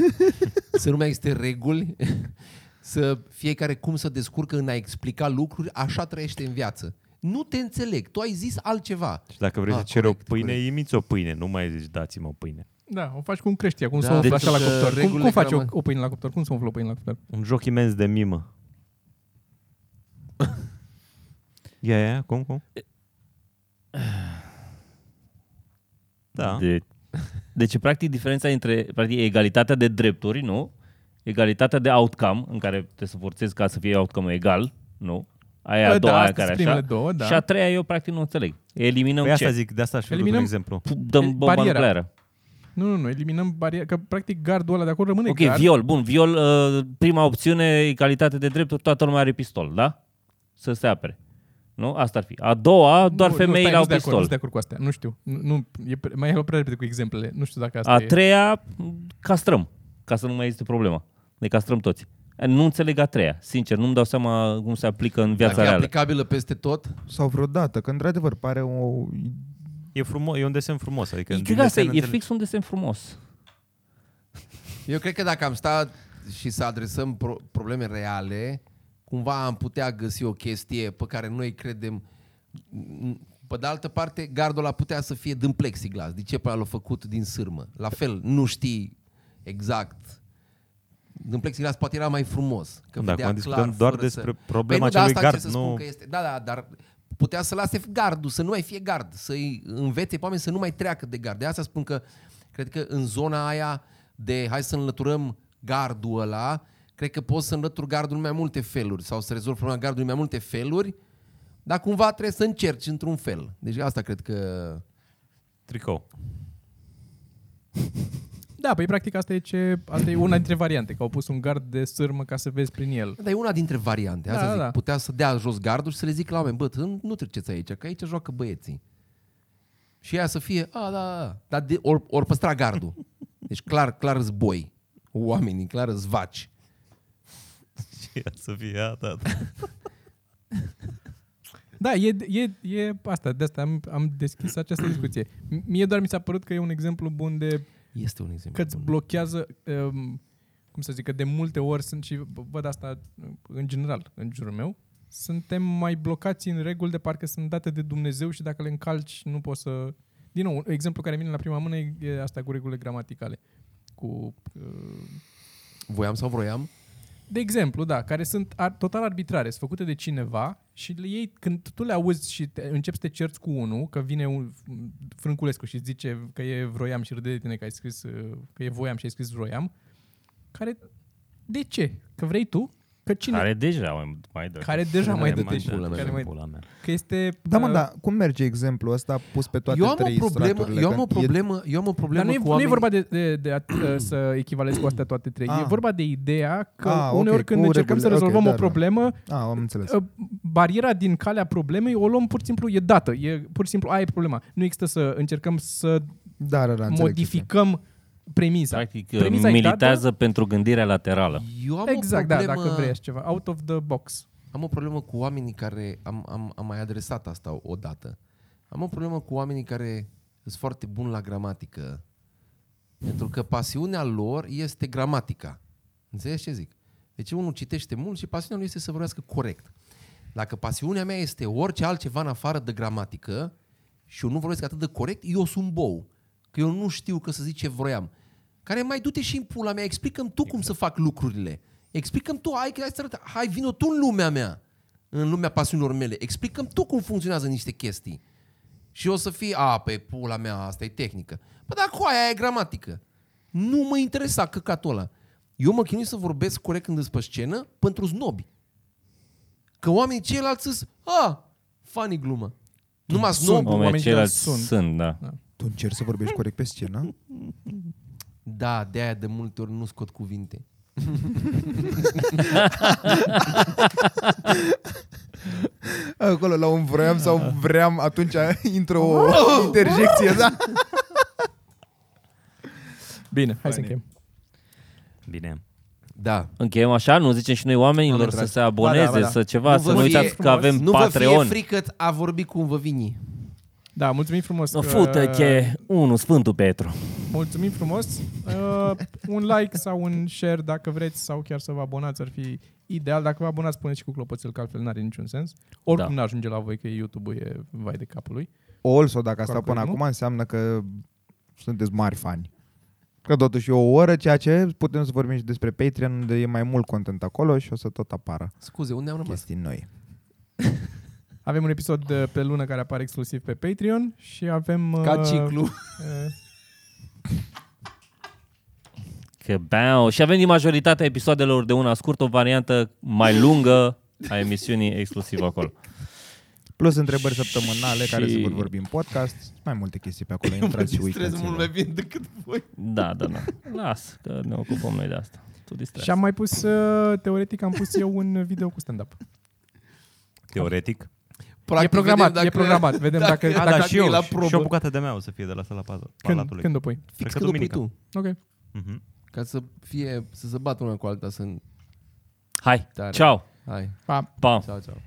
să nu mai existe reguli, să fiecare cum să descurcă în a explica lucruri, așa trăiește în viață. Nu te înțeleg, tu ai zis altceva. Și dacă vrei Ah, să ceri o corect, pâine, corect. imiți o pâine, nu mai zici dați-mă o pâine. Da, o faci cum creștia, cum Da, da, să o umfli deci, așa la uh, cuptor. Cum, regulile cum faci o, grama- o pâine la cuptor? Cum să umflă o pâine la cuptor? Un joc imens de mimă. Ia, ia, ia, cum, cum? Da. De, deci, practic, diferența între practic, egalitatea de drepturi, nu? Egalitatea de outcome, în care te să forțezi ca să fie outcome egal, nu? Aia Bă, a doua, da, aia astea care sunt așa. primele două, da. Și a treia eu practic nu înțeleg. Eliminăm Păi ce? asta zic, de asta și un Eliminăm- exemplu. Pu- Dăm bomba Bariera. nucleară. Nu, nu, nu, eliminăm bariera, că practic gardul ăla de acolo rămâne Ok, gard. viol. Bun, viol, uh, prima opțiune, egalitate de drepturi, toată lumea are pistol, da? Să se apere. Nu? Asta ar fi. A doua, doar nu, nu, femeile stai, au nu-s de acord, nu-s pistol. de acord cu astea, nu știu. Nu, nu, e, pre- mai e prea repede cu exemplele, nu știu dacă asta A e. treia, castrăm, ca să nu mai este problema. Ne castrăm toți. Nu înțeleg a treia, sincer, nu-mi dau seama cum se aplică în viața Dacă e reală. aplicabilă peste tot, Sau vreodată, că într-adevăr pare o... E, frumos, e un desen frumos. Adică E, din cred că asta desen e, e înțelegi. fix un desen frumos. eu cred că dacă am stat și să adresăm pro- probleme reale, cumva am putea găsi o chestie pe care noi credem... Pe de altă parte, gardul ăla putea să fie din plexiglas. De ce pe ăla l-a făcut din sârmă? La fel, nu știi exact În plexiglas poate era mai frumos. Că Da, vedea acum clar, discutăm doar fără să... despre problema păi nu, acelui dar asta gard, ce să spun nu- că este. Da, da, dar putea să lase gardul, să nu mai fie gard, să-i învețe pe oameni să nu mai treacă de gard. De asta spun că, cred că în zona aia de hai să înlăturăm gardul ăla, cred că poți să înlături gardul în mai multe feluri sau să rezolvi problema gardului în mai multe feluri, dar cumva trebuie să încerci într-un fel. Deci asta cred că... Tricou. Da, păi practic asta e, ce, asta e una dintre variante, că au pus un gard de sârmă ca să vezi prin el. Dar e una dintre variante. Asta da, Da, zic. Da. da. Putea să dea jos gardul și să le zic la oameni, bă, tu nu treceți aici, că aici joacă băieții. Și ea să fie, a, da, da, da. Dar de, or, or păstra gardul. Deci clar, clar zboi. Oamenii, clar zvaci. Ce să fie, a, da, da. Da, e, e, e asta, de asta am, am deschis această discuție. M- Mie doar mi s-a părut că e un exemplu bun de Este un exemplu. că îți blochează, um, cum să zic, că de multe ori sunt și v- văd asta uh, în general, în jurul meu, suntem mai blocați în reguli de parcă sunt date de Dumnezeu și dacă le încalci nu poți să... Din nou, un exemplu care vine la prima mână e- e asta cu regulile gramaticale. Cu, uh, Voiam sau vroiam? de exemplu, da, care sunt ar, total arbitrare, sunt făcute de cineva și le iei, când tu le auzi și te, începi să te cerți cu unul, că vine un Frânculescu și îți zice că e vroiam și râde de tine că ai scris, uh, că e voiam și ai scris vroiam, care, de ce? Că vrei tu? Că cine? Care, Care deja mai, mai dă. care deja mai dă dă-te pula mea. care mai, Pula mea. că este... Da, mă, uh, da, cum merge exemplul ăsta pus pe toate Eu am, trei o problemă, straturile? eu am Că o problemă, eu am o Dar problemă nu e, cu nu e oamenii. vorba de, de, de a, uh, să echivalezi cu astea toate trei. Ah. Ah. E vorba de ideea că Ah, ah, ok, uneori cu okay, când încercăm regulile, să ok, rezolvăm da, o da. problemă, E... A, am înțeles. Uh, bariera din calea problemei o luăm pur și simplu, e dată, e pur și simplu, aia e problema. Nu există să încercăm să Da, da, da, înțeleg modificăm premisa. Practic, premisa e militează pentru gândirea laterală. Eu am Dată, exact, o da, problemă... dacă vrei așa ceva. Out of the box. Am o problemă cu oamenii care... Am, am, am mai adresat asta odată. Am o problemă cu oamenii care sunt foarte buni la gramatică. Pentru că pasiunea lor este gramatica. Înțelegi ce zic? Deci unul citește mult și pasiunea lui este să vorbească corect. Dacă pasiunea mea este orice altceva în afară de gramatică și eu nu vorbesc atât de corect, eu sunt bou. Că eu nu știu că să zic ce vroiam. Care mai du-te și în pula mea, explicăm tu cum să fac lucrurile. Explicăm tu, hai, hai, să arăt, hai vină tu în lumea mea, în lumea pasiunilor mele. Explicăm tu cum funcționează niște chestii. Și o să fie, a, pe pula mea, asta e tehnică. Bă, dar cu aia e gramatică. Nu mă interesa căcatul ăla. Eu mă chinui să vorbesc corect când sunt pe scenă pentru snobi. Că oamenii ceilalți sunt, a, funny glumă. Numai snob. Oamenii oamenii care ceilalți sunt, sunt da. Tu încerci să vorbești corect pe scenă? Da, de aia de multe ori nu scot cuvinte. Acolo la un vroiam sau vream, atunci intră o interjecție, da? Bine, hai să încheiem. Bine. Da. Încheiem așa, nu zicem și noi oamenilor Oameni să dragi. se aboneze, Ba da, ba da. să ceva, Nu să nu vă fie uitați că frumos, avem nu Patreon. vă fie frică a vorbi cu un văvinii. Da, mulțumim frumos. Nu că- fută che unul, Sfântul Petru. Mulțumim frumos. Uh, un like sau un share dacă vreți sau chiar să vă abonați ar fi ideal. Dacă vă abonați, puneți și cu clopoțel, că altfel n-are niciun sens. Oricum da. Da. n-ajunge la voi, că YouTube-ul e vai de capul lui. Also, dacă asta Corect, până nu? acum înseamnă că sunteți mari fani. Că totuși e o oră, ceea ce putem să vorbim și despre Patreon, unde e mai mult content acolo și o să tot apară Scuze, unde am rămas? chestii noi. Avem un episod uh, pe lună care apare exclusiv pe Patreon și avem... uh, Ca ciclu. uh, Că beau. Și avem din majoritatea episoadelor de una scurt o variantă mai lungă a emisiunii exclusiv acolo. Plus întrebări săptămânale care Și- se vor vorbi în podcast, mai multe chestii pe acolo, intrați și uitați-vă. bine decât voi. Da, da, da. Las, că ne ocupăm noi de asta. Tu distrai. Și am mai pus, uh, teoretic, am pus eu un video cu stand-up. Teoretic. e programat, e programat. Vedem dacă, A, dacă, da, și nu e eu. la La probă. și o bucată de mea o să fie de la sala pal- când, palatului. când o pui. Cred Fix că când o pui duminică. tu. Ok. Mhm. Ca să fie, să se bată una cu alta, să... Hai, Tare. ceau! Hai, Pa. Pa! ceau, ceau.